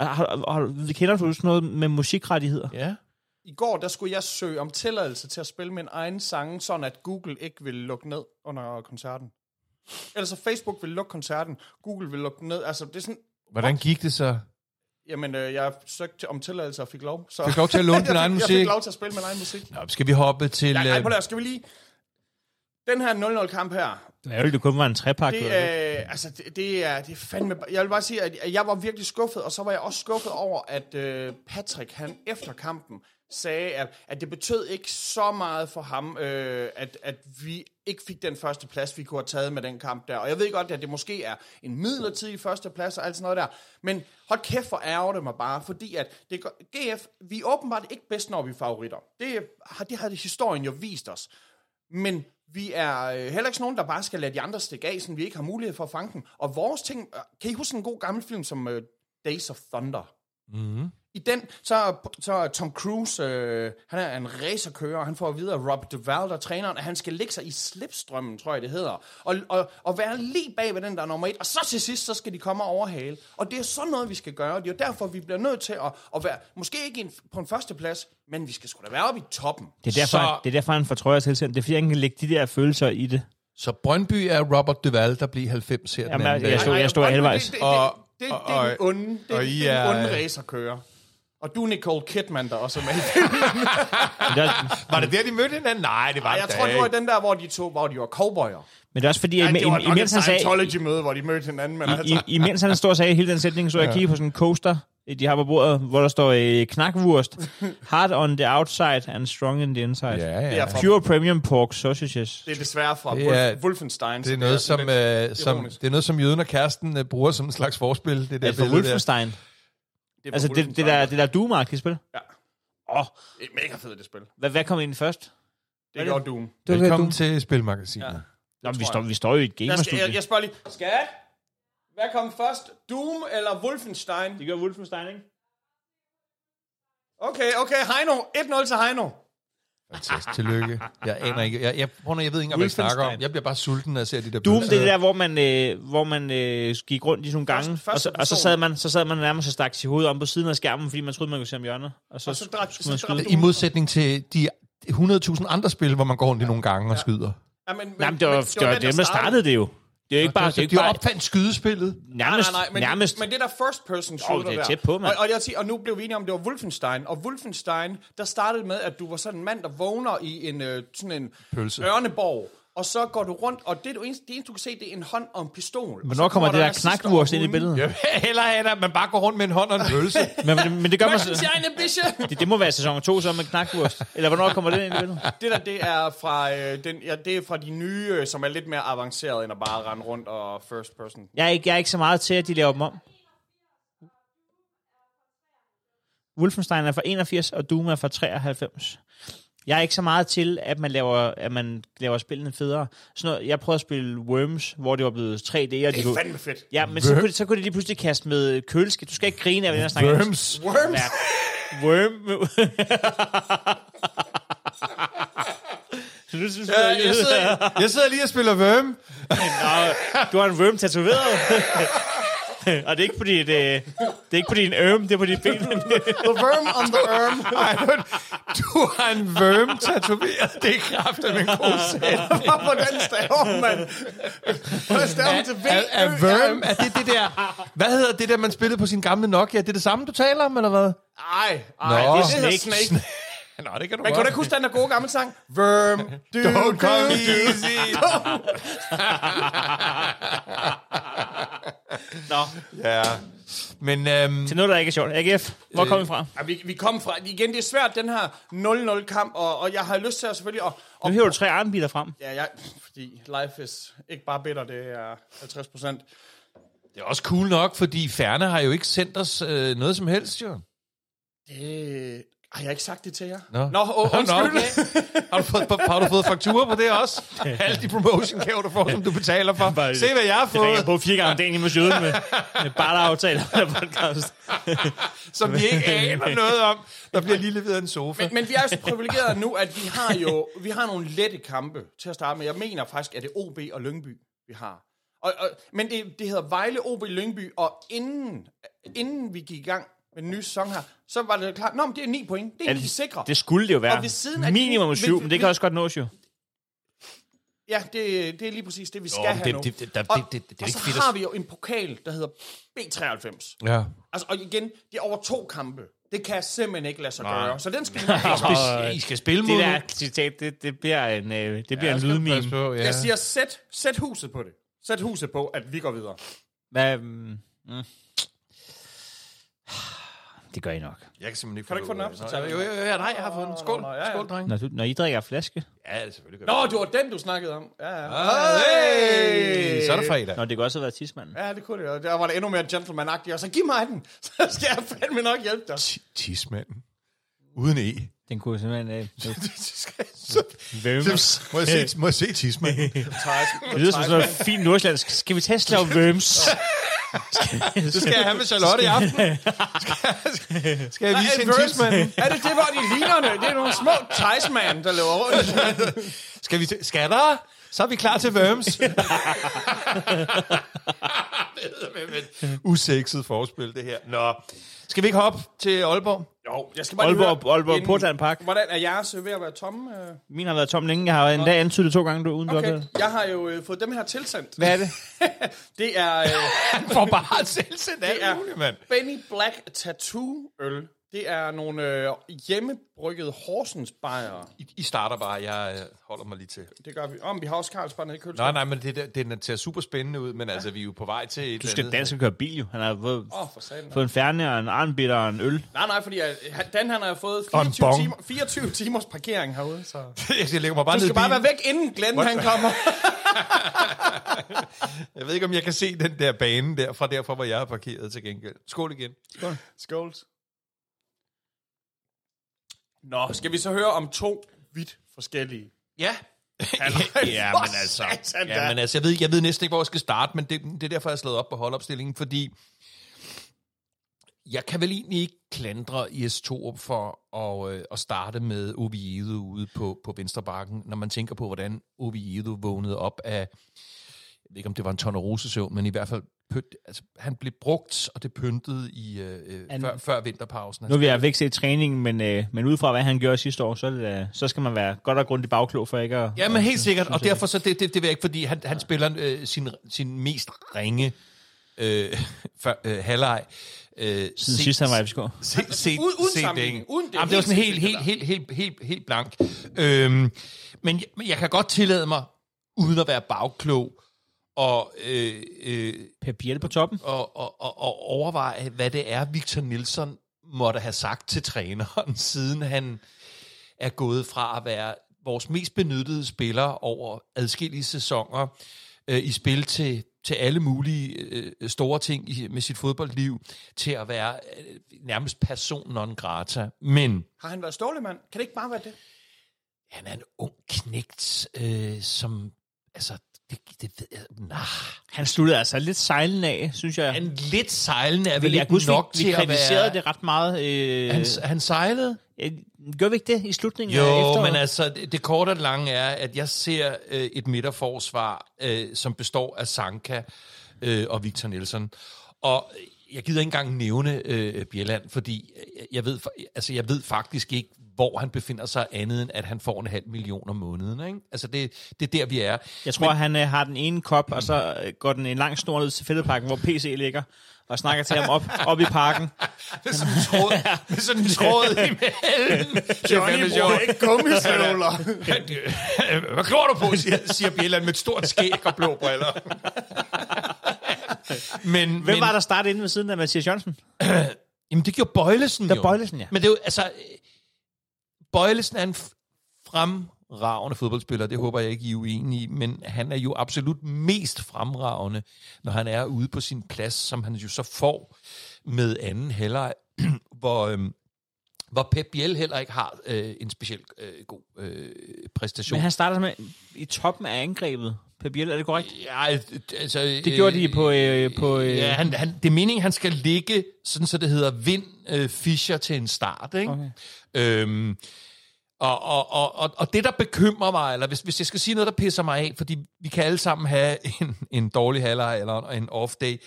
Og, har, har, kender du sådan noget med musikrettigheder?
Ja.
I går, der skulle jeg søge om tilladelse til at spille min egen sang, sådan at Google ikke ville lukke ned under koncerten. Ellers så Facebook ville lukke koncerten, Google ville lukke den ned. Altså, det er sådan,
Hvordan gik det så?
jamen, øh, jeg søgte om tilladelse og fik lov. Så
Fik lov til at låne
Jeg
din
fik-
egen
Jeg
musik?
fik lov til at spille min egen musik.
Nå, skal vi hoppe til...
Nej, nej,
øh,
prøv lige, skal vi lige... Den her 0-0-kamp her,
Det er jo, det kun var en trepakke.
det er, altså, det, det, er, det er fandme... Jeg vil bare sige, at at jeg var virkelig skuffet, og så var jeg også skuffet over, at øh, Patrick, han efter kampen, sagde, at, at det betød ikke så meget for ham, øh, at, at vi ikke fik den første plads, vi kunne have taget med den kamp der. Og jeg ved godt, at det måske er en midlertidig første plads og alt sådan noget der, men hold kæft, hvor ærger det mig bare, fordi at det, går- GF, vi er åbenbart ikke bedst, når vi er favoritter. Det, har, det har historien jo vist os. Men vi er øh, heller ikke sådan nogen, der bare skal lade de andre stikke af, sådan vi ikke har mulighed for at fange dem. Og vores ting... øh, Kan I huske en god gammel film som øh, Days of Thunder? Mm-hmm. I den, så, er- så er Tom Cruise, øh, han er en racerkører, og han får at vide af Robert Duvall, der er træneren, at han skal ligge sig i slipstrømmen, tror jeg det hedder, og, og, og være lige bag ved den, der er nummer et, og så til sidst, så skal de komme og overhale. Og det er sådan noget, vi skal gøre, det er jo derfor, vi bliver nødt til at, at være, måske ikke en, på en førsteplads, men vi skal sgu da være oppe i toppen.
Det er derfor,
Så-
så... det er derfor han får trøjer tilsendt. Det er fordi, han kan lægge de der følelser i det.
øh, Så Brøndby er Robert Duval, der bliver 90 her
Jamen,
den anden
jeg-
dag.
jeg så- stod
Brøndby,
halvvejs.
Det, det,
Og-
det, det,
og-
det, er den
og-
onde, det,
og
det,
I
det er den
er-
onde racerkører. Og du er Nicole Kidman, der også er med.
Men det, er,
Var det der, de mødte hinanden? Nej, det var
Ej,
det
jeg
da
tror, det
ikke.
var den der, hvor de to hvor de var cowboyer.
men det er også fordi,
Ja,
ja,
det var nok et
imens han sagde...
Scientology-møde, hvor de mødte hinanden. Men altså,
I, imens han står og sagde hele den sætning, så jeg kigge på sådan en coaster, øh, de har på bordet, hvor der står øh, knakvurst, hard on the outside and strong in the inside. Yeah.
Ja,
det,
ja.
er fra,
Pure premium pork sausages.
det er desværre fra
Det
det
er-
er, Wolfenstein.
Det er noget, som,
sådan lidt
øh, som,
ironisk.
det er noget, som jøden og kæresten øh, bruger som en slags forspil. Det der
Det er fra
billede der.
Altså, Wolfenstein.
Det
Altså det, det, der, det der Doom-agtige spil.
Ja.
Åh,
Det er mega fedt, det spil.
hvad, hvad kom ind først?
Det gjorde Doom.
Det Velkommen
Velkommen
til Spilmagasinet. Ja.
Nå, men vi,
tror
står,
jeg.
vi står jo i et
Jeg, skal,
gamerstudie.
jeg, jeg spørger lige, skat, hvad kom først? Doom eller Wolfenstein?
Det gør Wolfenstein, ikke?
Okay, okay, Heino. 1-0 til Heino.
Fantastisk. Tillykke. Jeg aner ikke. Jeg, jeg, prøv, nu, jeg ved ikke engang, hvad jeg snakker om.
Wolfenstein.
Jeg bliver bare sulten, når jeg ser de der
Doom,
billeder.
det er det der, hvor man, øh, hvor man øh, gik rundt i sådan nogle gange,
Først- første
og, så, og så,
person.
sad man, så sad man nærmest og stak sit hoved om på siden af skærmen, fordi man troede, man kunne se om hjørnet. Og så,
Og så dræbte-
skulle man
så dræbte
skyde.
du-
Øh, I modsætning til de 100.000 andre spil, hvor man går rundt i nogle gange og skyder.
Ja, men, men,
Nej, men det var,
men
det var, dem, der startede det jo. Det er jo ikke bare, det
Så
er jo ikke
de
bare
opfandt skydespillet.
nærmest,
nej, nej, nej, men,
nærmest
men det der first person shooter
det er
der.
tæt på, mand.
Og, og, jeg vil sige, og nu blev vi enige om, det var Wolfenstein. Og Wolfenstein, der startede med, at du var sådan en mand, der vågner i en, øh, sådan en
Pølse.
ørneborg. Og så går du rundt, og det, du eneste, det eneste, du kan se, det er en hånd og en pistol.
Hvornår kommer det der knakvurs ind i billedet?
Jeg vil hellere have, det, at man bare går rundt med en hånd og en pølse.
Men, men, men det gør man...
Hvad siger en biche?
Det, det må være sæson 2 så med knakvurst. Eller hvornår kommer det ind i billedet?
Det der, det er fra, øh, den, ja, det er fra de nye, øh, som er lidt mere avanceret, end at bare rende rundt og first person.
Jeg er, ikke, jeg er ikke så meget til, at de laver dem om. Wolfenstein er fra 81, og Doom er fra 93. Jeg er ikke så meget til, at man laver, at man laver spillene federe. Sådan noget, jeg prøvede at spille Worms, hvor det var blevet 3D. Og de
Det er
kunne,
fandme fedt.
ja, men så kunne, de, så kunne de lige pludselig kaste med køleskab. Du skal ikke grine af, hvad jeg snakker om.
Worms.
Worms.
Worm. så du synes,
Ja,
det er-
Øh, Jeg sidder, jeg sidder lige og spiller Worm.
Nå, Ah, du har en worm tatoveret. Og det er ikke på dit, øh, det er ikke på din øm, det er på dit ben.
The worm on the worm.
Ej, men du har en Worm tatoveret. Det er kraft af en god sæt.
Hvordan staver man? Hvordan staver man til V?
Er, er Worm, er det det der... Hvad hedder det der, man spillede på sin gamle Nokia? Det er det samme, du taler om, eller hvad?
Ej, ej,
Nå.
det er Snake.
Snake.
Snake.
Nå, det kan du
Man kan da ikke huske den der gode gamle sang? Worm, du,
Don't come
du.
easy.
Nå.
ja. Men øhm,
Til noget, der ikke er sjovt. AGF, hvor kom vi fra?
Ja, vi, vi kom fra, igen, det er svært, den her 0-0 kamp, og, og jeg har lyst til at selvfølgelig at...
Nu
at
hiver du tre armbiler frem.
ja, jeg, fordi life is ikke bare bitter, det er 50 procent.
det er også cool nok, fordi Ferne har jo ikke sendt os øh, noget som helst, jo.
Det... Har jeg ikke sagt det til jer?
Nå.
Nå, oh,
Nå,
undskyld.
okay. Har du fået, har du fået fakturer på det også? Alle de promotion-gaver, du får, som du betaler for. Se, hvad jeg har
Det ringer
fået,
på fire gange om dagen i Mosjøden med, med bare der aftaler med podcast.
som vi ikke aner noget om. Der bliver lige leveret en sofa.
Men, men vi er jo så privilegerede nu, at vi har jo vi har nogle lette kampe til at starte med. Jeg mener faktisk, at det er OB og Lyngby, vi har. Og, og, men det, det hedder Vejle, OB, Lyngby, og inden, inden vi gik i gang med den nye sæson her, så var det klart, Nå, men det er 9 point. Det er
Ja,
ja, de sikre.
Det skulle det jo være.
Og ved siden af-
Minimum
ved-
syv, men det kan
ved-
også godt nås jo.
Ja, det, det er lige præcis det, vi skal
men
have
det-
nu.
det- det- der-
og
det- det- det er
og
ikke
så
fedt at-
har vi jo en pokal, der hedder B93.
Ja.
Altså, og igen, det er over to kampe. Det kan jeg simpelthen ikke lade sig gøre. Så den skal vi nok
Hvis I skal spille mod
Det
nogen,
der citat, det, det bliver en, øh, det bliver ja, en
skal du passe
lydmeme.
på, ja.
Jeg siger, sæt, sæt huset på det. Sæt huset på, at vi går videre.
Hvad, mm, mm. Det gør I nok.
Jeg kan simpelthen ikke
Kan du ikke få den op? Så tager vi
Jo,
den.
jo, jo, ja, nej, jeg har fået den. Skål,
nå, ja, ja.
skål, dreng.
Når, du, når I drikker af flaske?
Ja, det selvfølgelig gør
Nå, det var den, du snakkede om. Ja, ja.
Hey! Øh, Så er det fredag.
Nå, det kan også have været tidsmanden.
Ja, det kunne det jo. Der var det endnu mere gentleman-agtigt. Og så giv mig den, så skal jeg fandme nok hjælpe dig.
Ti- Tismanden. Uden E.
Den kunne simpelthen... Øh, øh,
Så- må, jeg se, må jeg se tismanden?
Det lyder som sådan noget fint nordsjællandsk. Skal vi tage Slav Worms?
Det skal jeg have med Charlotte i aften. Skal, jeg- skal jeg vise hende tismanden?
Er det det, hvor de lignerne? Det er nogle små Theisman, der løber rundt.
Skal vi t- skal der? Så er vi klar til Worms. det er et usekset forspil, det her. Nå. Skal vi ikke hoppe til Aalborg?
Jo, jeg skal bare lige
Aalborg,
høre,
Aalborg
inden-
Portland Park.
Hvordan er jeres øh, ved at være tomme? øh?
Min har været tom længe. Jeg har endda antydet to gange, du uden okay.
Okay,
det.
jeg har jo øh, fået dem her tilsendt.
Hvad er det?
Det er øh,
For bare selv sendt
Det er-
alt muligt, mand.
Benny Black Tattoo Øl Det er nogle øh, hjemmebryggede Horsens bajer.
I, I starter bare, jeg øh, holder mig lige til.
Det gør vi om. Vi har også Carlsberg nede i
Nej,
køleskabet.
nej, men det, der, den ser super spændende ud, men altså, vi er jo på vej til et
Du skal,
eller andet.
Dan skal køre bil jo. Han har fået,
Åh, oh, for satan.
fået en færne og en arnbitter og en øl.
Nej, nej, fordi øh, han- Dan han har fået
Og en
24,
bong.
timer, 24 timers parkering herude, så...
jeg lægger mig bare
Du
ned i
skal bare
bilen.
være væk, inden Glenn han kommer.
Jeg ved ikke, om jeg kan se den der bane der, fra derfra, hvor jeg er parkeret til gengæld. Skål igen.
Skål. Nå, skal vi så høre om to vidt forskellige
Ja.
Ja,
For
men altså.
Satan,
ja,
da.
men altså, jeg ved, jeg ved næsten ikke, hvor jeg skal starte, men det, det er derfor, jeg har slået op på holdopstillingen, fordi jeg kan vel egentlig ikke klandre IS Torup for at, øh, at starte med Oviedo ude på, på Venstrebakken, når man tænker på, hvordan Oviedo vågnede op af, jeg ved ikke, om det var en tonne rosesøvn, men i hvert fald, pynt, altså, han blev brugt, og det pyntede i, øh, øh, før, før vinterpausen. Altså,
Nu vil jeg ikke se træningen, men, øh, men ud fra hvad han gjorde sidste år, så, er det, øh, så skal man være godt og grundigt bagklog for ikke at...
Ja, men helt sikkert, og
synes jeg
derfor så, det, det, det ved jeg ikke, fordi han, han spiller øh, sin, sin mest ringe øh, for, øh, halvleg. Øh,
Siden sidst han var i FCK.
se, se,
Uden- uden
se
sammenligning.
det,
Uden det.
Jamen, det var sådan helt,
Helt
helt, helt, helt, helt, helt blank. Øhm, men, jeg, men jeg kan godt tillade mig, uden at være bagklog, og, øh, øh,
Pep Biel på toppen.
og, og, og, og overveje, hvad det er, Victor Nielsen måtte have sagt til træneren, siden han er gået fra at være vores mest benyttede spiller over adskillige sæsoner øh, i spil til, til alle mulige øh, store ting i, med sit fodboldliv, til at være øh, nærmest person non grata. Men
Har han været stålemand? Kan det ikke bare være det?
han er en ung knægt, øh, som... Altså, det, det ved jeg... Nej,
Han sluttede altså lidt sejlen af, synes jeg.
han er lidt sejlende er vel
jeg
ikke nok
vi,
til
vi
at
kritiserede
være...
det ret meget. Øh,
Han, han sejlede?
øh, gjorde vi ikke det i slutningen af
Jo,
efteråret?
men altså, det, det korte og det lange er, at jeg ser øh, et midterforsvar, øh, som består af Sanka øh, og Victor Nielsen. Og jeg gider ikke engang nævne øh, Bjelland, fordi jeg- jeg ved, fa- altså, jeg ved faktisk ikke, hvor han befinder sig andet, end at han får en halv million om måneden. Ikke? Altså, det, det er der, vi er.
Jeg tror, men... han øh, har den ene kop, og så øh, går den en lang snor ned til fældeparken, hvor PC ligger, og snakker til ham op, op i parken.
Med sådan en tråd, med sådan en tråd imellem. Det er fandme sjovt.
ikke gummisøvler.
Han- Hvad klår du på, siger, siger Bjelland med et stort skæg og blå briller. men,
Hvem
men,
var der startede inde ved siden af Mathias Jørgensen?
Jamen, det gjorde Bøjlesen
Der
jo.
Bøjlesen, ja.
Men det er jo, altså... øh, Bøjlesen er en f- fremragende fodboldspiller, det håber jeg ikke, I er uenige i, men han er jo absolut mest fremragende, når han er ude på sin plads, som han jo så får med anden halvleg, hvor... Øhm, hvor Pep Biel heller ikke har øh, en speciel øh, god øh, præstation.
Men han starter med i toppen af angrebet. Per Biel, er det korrekt?
Ja, øh, altså,
Det gjorde de på... Øh, på øh,
Ja, han, han, det er meningen, han skal ligge, sådan så det hedder, vind øh, Fischer til en start, ikke? Okay. Øhm, og, og, og, og, og det, der bekymrer mig, eller hvis, hvis jeg skal sige noget, der pisser mig af, fordi vi kan alle sammen have en, en dårlig halvleg eller en off-day,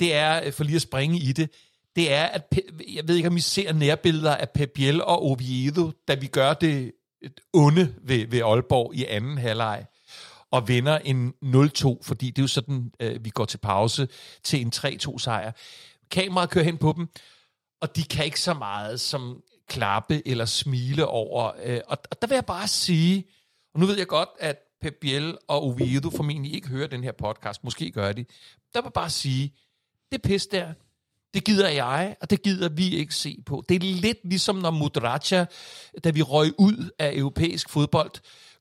det er, øh, for lige at springe i det, det er, at Pe- jeg ved ikke, om I ser nærbilleder af Pep Biel og Oviedo, da vi gør det øh, onde ved, ved Aalborg i anden halvleg og vinder en 0-2, fordi det er jo sådan, øh, vi går til pause til en 3-2-sejr. Kameraet kører hen på dem, og de kan ikke så meget som klappe eller smile over. Øh, og, og der vil jeg bare sige, og nu ved jeg godt, at Pep Biel og Oviedo formentlig ikke hører den her podcast, måske gør de, der vil jeg bare sige, det pis der, det gider jeg, og det gider vi ikke se på. Det er lidt ligesom, når Mudracha, da vi røg ud af europæisk fodbold,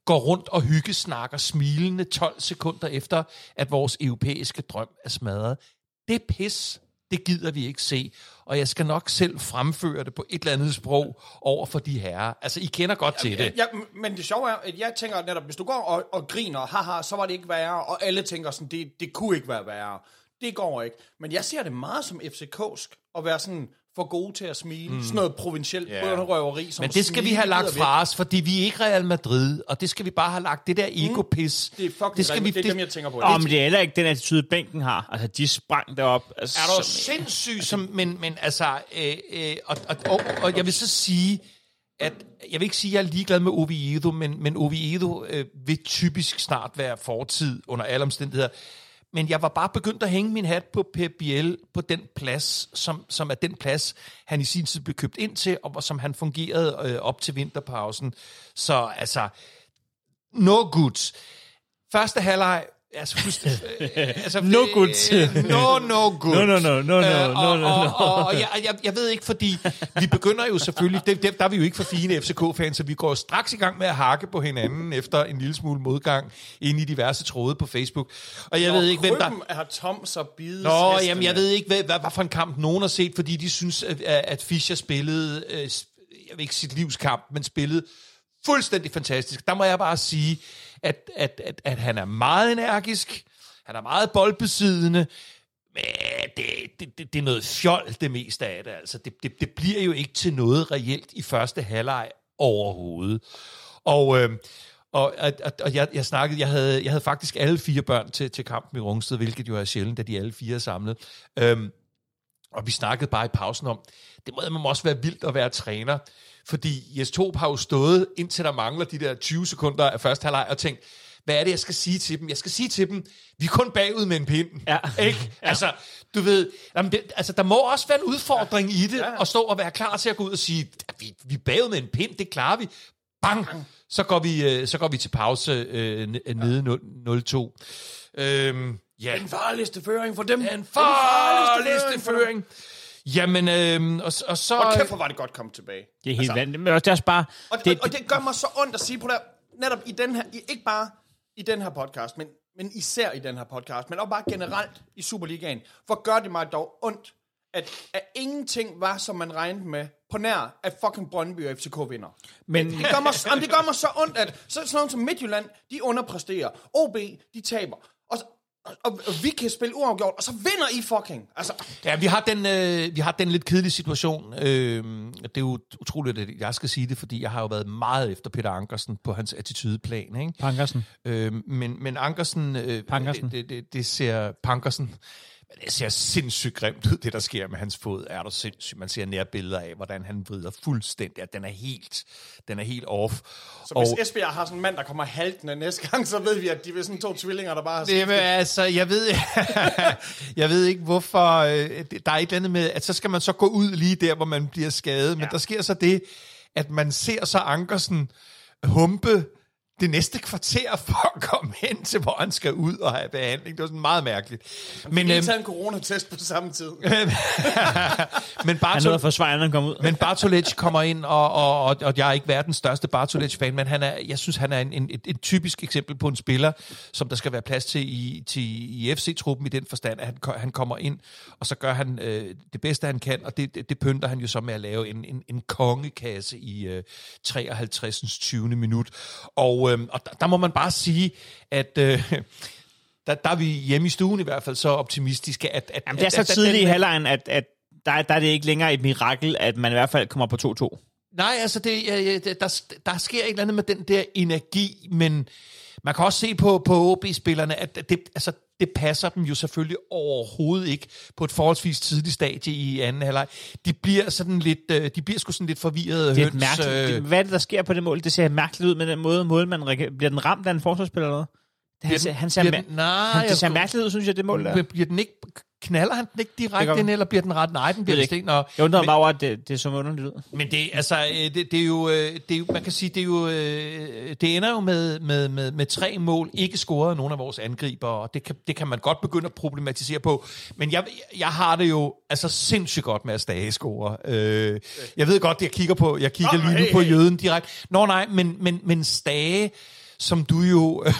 går rundt og hyggesnakker smilende 12 sekunder efter, at vores europæiske drøm er smadret. Det pis, det gider vi ikke se. Og jeg skal nok selv fremføre det på et eller andet sprog over for de herrer. Altså, I kender godt til det.
Ja, m- men det sjove er, at jeg tænker netop, hvis du går og, og griner, haha, så var det ikke værre, og alle tænker sådan, det, det kunne ikke være værre. Det går ikke. Men jeg ser det meget som FCK'sk, at være sådan for gode til at smile. Mm. Sådan noget provincielt yeah. røveri. Som
Men det skal vi
smile
have lagt
gider vi
fra os, fordi vi er ikke Real Madrid, og det skal vi bare have lagt det der ego-pis.
ikke. Mm. Det er fucking
det skal vi,
det, det er dem, jeg tænker på.
Åh, men det er heller ikke den attitude, bænken har. Altså, de sprang derop. Altså,
er du sindssyg, som, men, men altså, øh, øh, og, og, og, og jeg vil så sige, at jeg vil ikke sige, at jeg er ligeglad med Oviedo, men, men Oviedo øh, vil typisk snart være fortid under alle omstændigheder. Men jeg var bare begyndt at hænge min hat på Pep Biel på den plads, som, som er den plads, han i sin tid blev købt ind til, og hvor- som han fungerede øh, op til vinterpausen. Så altså, no goods. Første halvleg, altså, husk, øh, altså
No
øh,
goods.
No, no goods.
No, no, no, no, no,
Øh,
no,
og,
no,
og,
no.
og, og jeg, jeg, jeg ved ikke, fordi vi begynder jo selvfølgelig, det, det, der er vi jo ikke for fine FCK-fans, så vi går straks i gang med at hakke på hinanden efter en lille smule modgang ind i diverse tråde på Facebook. Og jeg ved ikke, hvem der...
Krybben er tom, så bides
Nå,
hestene.
jamen jeg ved ikke, hvad, hvad, hvad for en kamp nogen har set, fordi de synes, at, at Fischer spillede, øh, sp- jeg ved ikke sit livs kamp, men spillede fuldstændig fantastisk. Der må jeg bare sige, at, at, at, at han er meget energisk, han er meget boldbesiddende, men det, det, det, det er noget fjol det meste af det. Altså, det, det, det bliver jo ikke til noget reelt i første halvleg overhovedet. Og, øh, og, og, og- og jeg, jeg snakkede, jeg havde, jeg havde faktisk alle fire børn til, til kampen i Rungsted, hvilket jo er sjældent, da de alle fire er samlet. Øhm, og vi snakkede bare i pausen om, det må man også være vildt at være træner, fordi Jes Torp har jo stået, indtil der mangler de der 20 sekunder af første halvleg, og tænkt, hvad er det, jeg skal sige til dem? Jeg skal sige til dem, vi er kun bagud med en pind.
Ja.
Ikke? Altså, du ved, jamen det, altså, der må også være en udfordring i det, at stå og være klar til at gå ud og sige, vi, vi er bagud med en pind, det klarer vi. Bang! Så går vi, øh, så går vi til pause øh, n- nede 0-2. Øhm, ja.
En farlisteføring for dem.
En farlisteføring. Jamen, øhm, og, og så...
Og kæft, hvor var det godt komme tilbage.
Det er helt altså, vanvittigt. Men også, det er også bare...
Og det, og, og det gør mig så ondt at sige på det, netop i den her, i, ikke bare i den her podcast, men, men især i den her podcast, men også bare generelt i Superligaen. Hvor gør det mig dog ondt, at, at ingenting var, som man regnede med, på nær, at fucking Brøndby og FCK vinder.
Men-
det, gør mig, jamen, det gør mig så ondt, at så, sådan nogen som Midtjylland, de underpresterer. OB, de taber. Og, og, og, og vi kan spille uafgjort, og så vinder I fucking. Altså,
Ja, vi har den, øh, vi har den lidt kedelige situation. Øh, det er jo utroligt, at jeg skal sige det, fordi jeg har jo været meget efter Peter Ankersen på hans attitudeplan. Ikke?
Pankersen.
Øh, men, men Ankersen, øh,
Pankersen.
Det, det, det ser Pankersen, men det ser sindssygt grimt ud, det der sker med hans fod. Er der sindssygt. Man ser nære billeder af, hvordan han vrider fuldstændig, at den er helt, den er helt off.
Så hvis Esbjerg har sådan en mand, der kommer haltende næste gang, så ved vi, at de er sådan to tvillinger, der bare har
Jamen altså, jeg ved, jeg ved ikke, hvorfor... øh, det- Der er et eller andet med, at så skal man så gå ud lige der, hvor man bliver skadet. Men der sker så det, at man ser så Ankersen humpe det næste kvarter for at komme hen til, hvor han skal ud og have behandling. Det var sådan meget mærkeligt. Men,
lige
øhm,
taget en coronatest på samme tid.
men bare
Han
så-
nåede at få Svejlen, han kom ud.
Men Bartolets kommer ind, og, og, og, og jeg er ikke verdens største Bartolets-fan, men han er, jeg synes, han er en, en, et, et typisk eksempel på en spiller, som der skal være plads til i, til, i FC-truppen i den forstand, at han, ko- han kommer ind, og så gør han øh, det bedste, han kan, og det, det, det pynter han jo så med at lave en, en, en kongekasse i øh, 53. 20. minut. Og, øh, og der, der må man bare sige, at... Øh, der, der er vi hjemme i stuen i hvert fald så optimistiske, at... at
Jamen, det er
at,
så
at, at
tidligt i
den-
halvlejen, at, at der, der er det ikke længere et mirakel, at man i hvert fald kommer på 2-2.
Nej, altså, det, øh, øh, det- der, der sker et eller andet med den der energi, men man kan også se på, på OB-spillerne, at det, altså, det passer dem jo selvfølgelig overhovedet ikke på et forholdsvis tidligt stadie i anden halvleg. De bliver sådan lidt, øh, de bliver sgu sådan lidt forvirrede
Det er et
høns,
mærkeligt.
øh,
det- Hvad er det, der sker på det mål? Det ser mærkeligt ud med den måde, målmanden reagerer- bliver den ramt af en forsvarsspiller eller noget? Det, han, ser, han ser,
bliver
ma-
den- nej,
han,
jeg
det ser
skulle-
mærkeligt ud, synes jeg, det mål der.
bliver- bliver den ikke, knaller han den ikke direkte
godt.
ind, eller bliver den ret? Nej, den bliver
Ved
vist
ikke.
ikke. Nå,
Jeg undrer mig bare over, at det, det så underligt ud.
Men det, altså, øh, det, det er jo, øh, det er jo, man kan sige, det er jo, øh, det ender jo med, med, med, med tre mål, ikke scoret af nogen af vores angriber, og det kan, det kan man godt begynde at problematisere på. Men jeg, jeg har det jo altså sindssygt godt med at stage score. Øh, jeg ved godt, jeg kigger på, jeg kigger
Nå,
lige nu
hey,
på
hey.
jøden direkte. Nå nej, men, men, men stage, som du jo... Øh,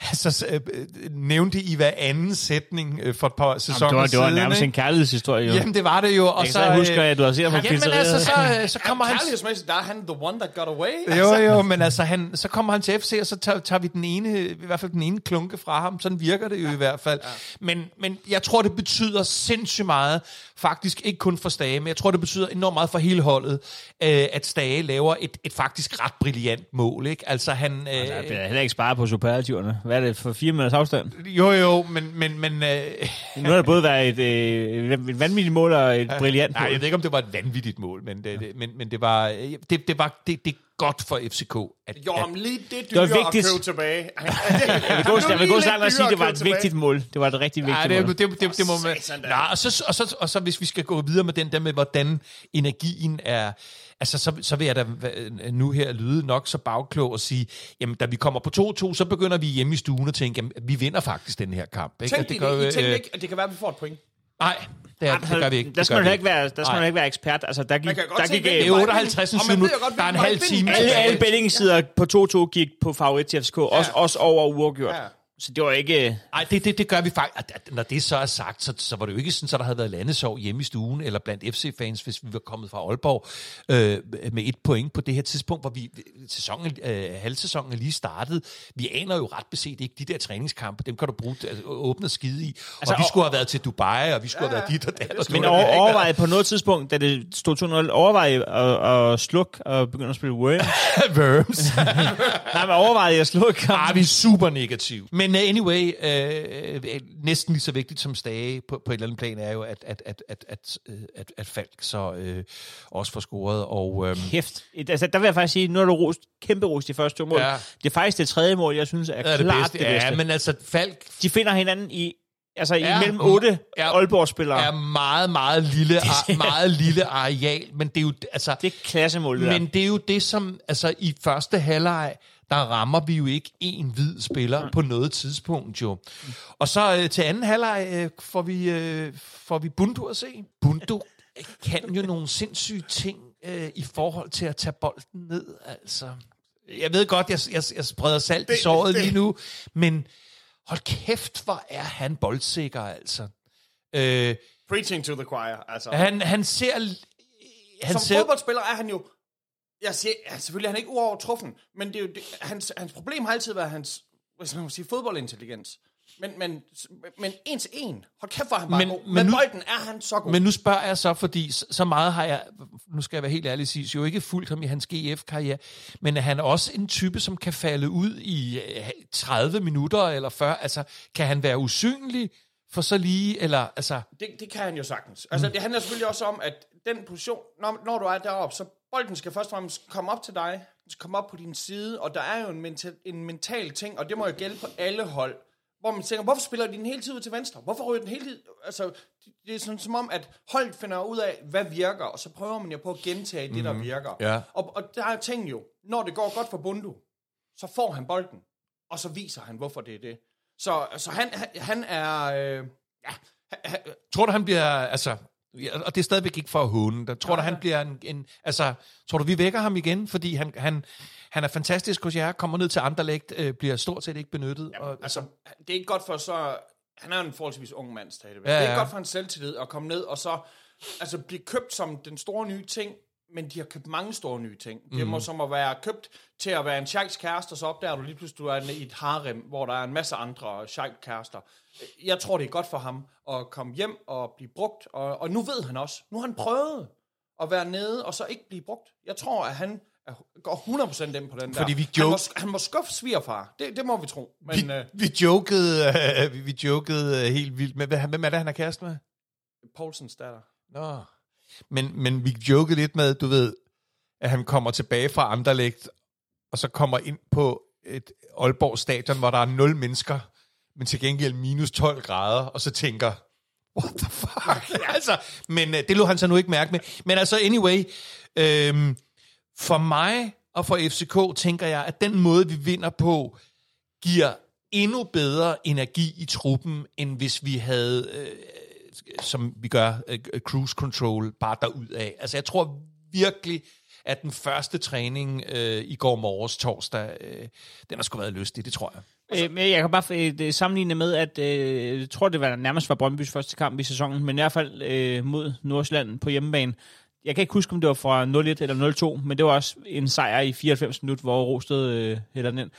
altså, øh, øh, nævnte i hver anden sætning øh, for et par sæsoner
Jamen, det, var, det var
siden,
nærmest
ikke?
en kærlighedshistorie, jo.
Jamen, det var det jo. Og
Jeg kan så huske,
øh,
at du har set ham på
Jamen,
pizzeriaet.
altså, så, øh, så kommer han...
Kærlighedsmæssigt, der er han the one that got away.
Jo, jo, men altså, han, så kommer han til FC, og så tager, tager vi den ene, i hvert fald den ene klunke fra ham. Sådan virker det jo i hvert fald. Men, men jeg tror, det betyder sindssygt meget, faktisk ikke kun for Stage, men jeg tror, det betyder enormt meget for hele holdet, øh, at Stage laver et, et faktisk ret brilliant mål. Ikke? Altså, han, øh,
Der bliver heller ikke sparet på superlativerne. Hvad er det for fire minutters afstand?
jo, jo, men... men, men øh,
Nu har det både været et, øh, et vanvittigt mål og et brilliant
Nej,
mål.
jeg ved ikke, om det var et vanvittigt mål, men det, det, men, men det var, øh, det, det, var det, det, godt for FCK, at,
Jo,
at
ham lige det
var
dyrere det
vigtigt.
at købe tilbage. Han,
Jeg vil gå, jeg vil gå så langt at sige, at det var et vigtigt mål. Det var et rigtig vigtigt
Nej,
mål.
det, det, det, det må man...
satan da.
Nej, og så, og, så, og så hvis vi skal gå videre med den der med, hvordan energien er... Altså, så, så vil jeg da øh, nu her lyde nok så bagklog og sige, jamen, da vi kommer på 2-2, så begynder vi hjemme i stuen at tænke, jamen, vi vinder faktisk den her kamp. Ikke?
Tænk
Og
det, det, I
vi,
tænkte
øh,
ikke, at det kan være, at vi får et point.
Nej, det, er, det gør vi ikke.
Der
Det
skal
gør
man
vi
jo ikke være, der skal man
Nej.
jo ikke være ekspert. Altså, der gik,
Man kan godt
der
se,
gik
hvem
øh,
Det er 58.
Og man ved jo
minut.
godt,
Der er en
hvem
halv
der
time.
vinder. Altså,
alle,
Ja,
alle bettingsider på 2-2 gik på favorit til FCK, også, også over uafgjort.
Ja.
Så det var ikke...
Nej, det, det, det gør vi faktisk. Når det så er sagt, så, så var det jo ikke sådan, at der havde været landesov hjemme i stuen, eller blandt FC-fans, hvis vi var kommet fra Aalborg øh, med et point på det her tidspunkt, hvor vi sæsonen, øh, halvsæsonen er lige startede. Vi aner jo ret beset ikke de der træningskampe, dem kan du bruge altså, åbne skide i. Altså, og vi
og-
skulle have været til Dubai, og vi skulle ja, have været dit og dat. og
Men
skulle have
over,
været-
overvejede på noget tidspunkt, da det stod 2-0, overvejede at, at slukke og begynde at spille Worms.
Worms.
Nej, men overvejede at slukke.
Ah, vi er super negativ. Men uh, anyway, øh, øh, næsten lige så vigtigt som Stage på, på et eller andet plan er jo, at, at, at, at, at, øh, at, at Falk så øh, også får scoret. Og, øh,
Kæft. Et- Altså, der vil jeg faktisk sige, nu har du rost, kæmpe rost de første to mål.
Ja.
Ja. Det er faktisk det tredje mål, jeg synes er, er
er
klart det bedste. Det bedste.
Ja, men altså Falk
De finder hinanden i, altså
Ja.
ja. imellem otte
Ja.
ja. Aalborg-spillere.
er
Ja.
meget, meget lille, ar, meget lille areal, men det er jo... Altså,
Det er klassemål, det
Men
men,
det er jo det, som altså, i første halvleg, der rammer vi jo ikke en hvid spiller på noget tidspunkt jo. Og så øh, til anden halvleg øh, får, vi, øh, får vi Bundu at se. Bundu kan jo nogle sindssyge ting øh, i forhold til at tage bolden ned, altså. Jeg ved godt, jeg, jeg, jeg spreder salt i såret lige nu, men hold kæft, hvor er han boldsikker, altså. Øh,
Preaching to the choir, altså.
han, han ser... Han
Som
ser,
fodboldspiller er han jo... Jeg siger, ja, selvfølgelig er han ikke uovertruffen, men det er jo, det, hans, hans problem har altid været hans hvis man må sige, fodboldintelligens. Men, men, men en til en. Hold kæft, hvor er han bare
Men-
men, god. Men,
men
men
nu-
bolden er han så god.
Men nu spørger jeg så, fordi s- så meget har jeg, nu skal jeg være helt ærlig og sige, jo ikke fulgt ham i hans GF-karriere, men er han også en type, som kan falde ud i øh, 30 minutter eller 40? Altså, kan han være usynlig for så lige, eller altså...
Det, det kan han jo sagtens. Altså, det handler selvfølgelig også om, at den position, når, når du er deroppe, så bolden skal først og fremmest komme op til dig, den skal komme op på din side, og der er jo en mental, en mental ting, og det må jo gælde på alle hold, hvor man tænker, hvorfor spiller de den hele tiden ud til venstre? Hvorfor ryger den hele tiden? Altså, det, det er sådan som om, at holdet finder ud af, hvad virker, og så prøver man jo på at gentage det, der virker.
Ja.
Og, og der er jo ting jo, når det går godt for Bundu, så får han bolden, og så viser han, hvorfor det er det. Så, så han, han- han er... Øh, ja, han- han-
Tror du, han bliver... Altså, ja, og det er stadigvæk ikke for at håne dig. Tror du, han bliver en, en... Altså, tror du, vi vækker ham igen? Fordi han, han, han er fantastisk hos jer, kommer ned til Anderlecht, øh, bliver stort set ikke benyttet. Jamen, og,
altså, det er ikke godt for så... Han er en forholdsvis ung mand stadigvæk.
Ja,
Ja, ja. Det er
ja.
ikke godt for hans selvtillid at komme ned og så altså, blive købt som den store nye ting, men de har købt mange store nye ting.
Mhm.
Mm. Det må som at være købt til at være en sjejks kæreste, og så opdager du lige pludselig, du er i et harem, hvor der er en masse andre sjejks kærester. Jeg tror, det er godt for ham at komme hjem og blive brugt, og, og nu ved han også, nu har han prøvet at være nede og så ikke blive brugt. Jeg tror, at han er- går 100% ind på den
Fordi
der.
vi
han, må,
joke-
han må skuffe svigerfar. Det, det må vi tro. Men,
altså, vi,
øh,
vi jokede, øh, vi, vi jokede øh, helt vildt med, hvad- hvem er det, han er kæreste med?
øh, Poulsens datter.
Nå. Men, men vi jokede lidt med, du ved, at han kommer tilbage fra Anderlecht, og så kommer ind på et Aalborg stadion, hvor der er nul mennesker, men til gengæld minus 12 grader, og så tænker, what the fuck? altså, men øh, det lå han så nu ikke mærke med. Men altså, anyway, øhm, for mig og for FCK tænker jeg, at den måde, vi vinder på, giver endnu bedre energi i truppen, end hvis vi havde øh, som vi gør, øh, øh, cruise control bare derud af. Altså, jeg tror virkelig, at den første træning øh, i går morges torsdag, øh, den har sgu været lystig, det tror jeg.
øh, men jeg kan bare øh, det- sammenligne med, at øh, jeg tror, det var nærmest var Brøndbys første kamp i sæsonen, men i hvert fald øh, mod Nordsjælland på hjemmebane. Jeg kan ikke huske, om det var fra 0-1 eller 0-2, men det var også en sejr i 94 minut, hvor Rosted øh, hælder den ind.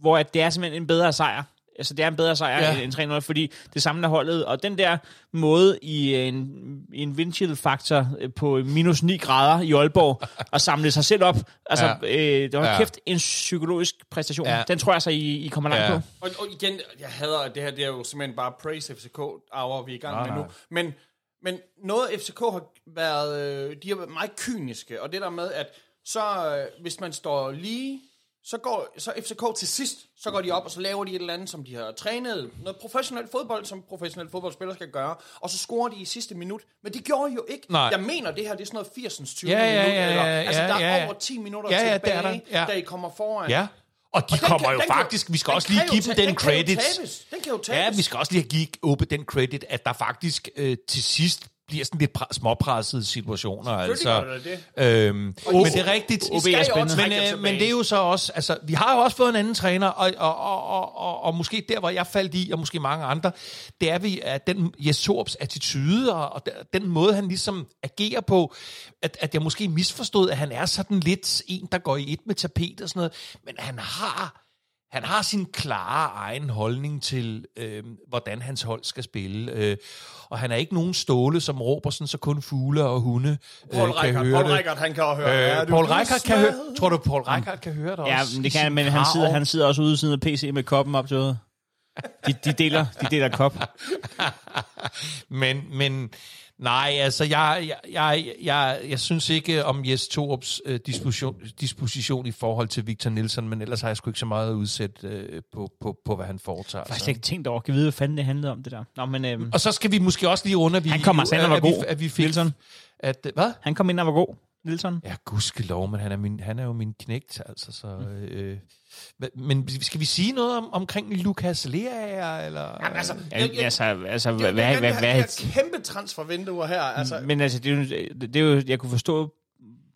Hvor at det er simpelthen en bedre sejr. Altså, det er en bedre sejr
Ja.
ja. end 3-0, fordi det samler holdet. Og den der måde i øh, en, i en windshield-faktor øh, på minus 9 grader i Aalborg, at samle sig selv op, altså,
Ja.
ja. øh, det var
Ja.
ja. kæft en psykologisk præstation.
Ja.
Ja. Den tror jeg så, I, I kommer langt
Ja.
ja. på.
Og, og igen, jeg hader, at det her det er jo simpelthen bare praise FCK, arver vi er i gang med nu. Men, men noget FCK har været, øh, de har været meget kyniske, og det der med, at så øh, hvis man står lige, så går så FCK til sidst, så går de op, og så laver de et eller andet, som de har trænet. Noget professionel fodbold, som professionelle fodboldspillere skal gøre. Og så scorer de i sidste minut. Men det gjorde I jo ikke.
Nej.
Jeg mener, det her det er sådan noget 80'ens 20
Ja, ja,
minut.
ja,
eller,
ja,
altså,
ja,
der er
ja, ja.
over 10 minutter
Ja, ja, det er
tilbage,
der, ja.
da I kommer foran.
Ja. Og de
Den
kommer
kan-
jo
den kan
faktisk, vi skal
den
også
kan
lige
jo
give
ta-
dem den,
den Kan jo
credits.
tabes. Den kan jo tabes.
Ja, vi skal også lige give Ope den credit, at der faktisk øh, til sidst bliver sådan lidt pre- småpressede situationer. Altså,
gør der det.
Øhm, men det er rigtigt.
I skal jo også
men,
spændende. trække jer
øh, men
tilbage.
det er jo så også, altså, vi har jo også fået en anden træner, og, og, og, og, og, og måske der, hvor jeg faldt i, og måske mange andre, det er vi, at den Jes Torps attitude, og, og den- den måde, han ligesom agerer på, at, at jeg måske misforstod, at han er sådan lidt en, der går i et med tapet og sådan noget, men han har han har sin klare egen holdning til, øh, hvordan hans hold skal spille. Øh, og han er ikke nogen ståle, som råber sådan, så kun fugle og hunde øh,
Paul
kan
Reichert,
høre
Paul
det.
Reichert, han kan jo høre.
Øh,
er
ja,
du
Paul Reichert kan
ligeglad?
høre, tror du, Paul Reichert kan høre dig
Ja,
også? i
men det kan han,
sin
men han
krav?
sidder, han sidder også ude i siden af PC med koppen op til øjet. de, de, deler, de deler kop.
Men, men nej, altså, jeg, jeg, jeg, jeg, jeg synes ikke om Jes Torups øh, disposition, disposition i forhold til Victor Nielsen, men ellers har jeg sgu ikke så meget at udsætte øh, på, på, på, hvad han foretager.
Jeg har
sig.
slet ikke tænkt over, kan vide, hvad fanden det handlede om, det der. Nå, men øhm,
Og så skal vi måske også lige runde, at vi...
Han kom altså ind og var
at vi-
god,
At vi fik,
Nielsen.
At, øh, hvad?
han kom ind og var god, Nilsson.
Ja, gudskelov, men han er, min, han er jo min knægt, altså, så...
Mm.
Øh, hva- men skal vi sige noget om, omkring Lukas Lea, eller...
Jamen, altså,
Ja, altså, altså hvad,
jeg-
hvad,
jeg-
hvad,
jeg-
hvad,
jeg- kæmpe transfervinduer her. Altså,
Mm,
men altså, det er, jo, det er jo, jeg kunne forstå,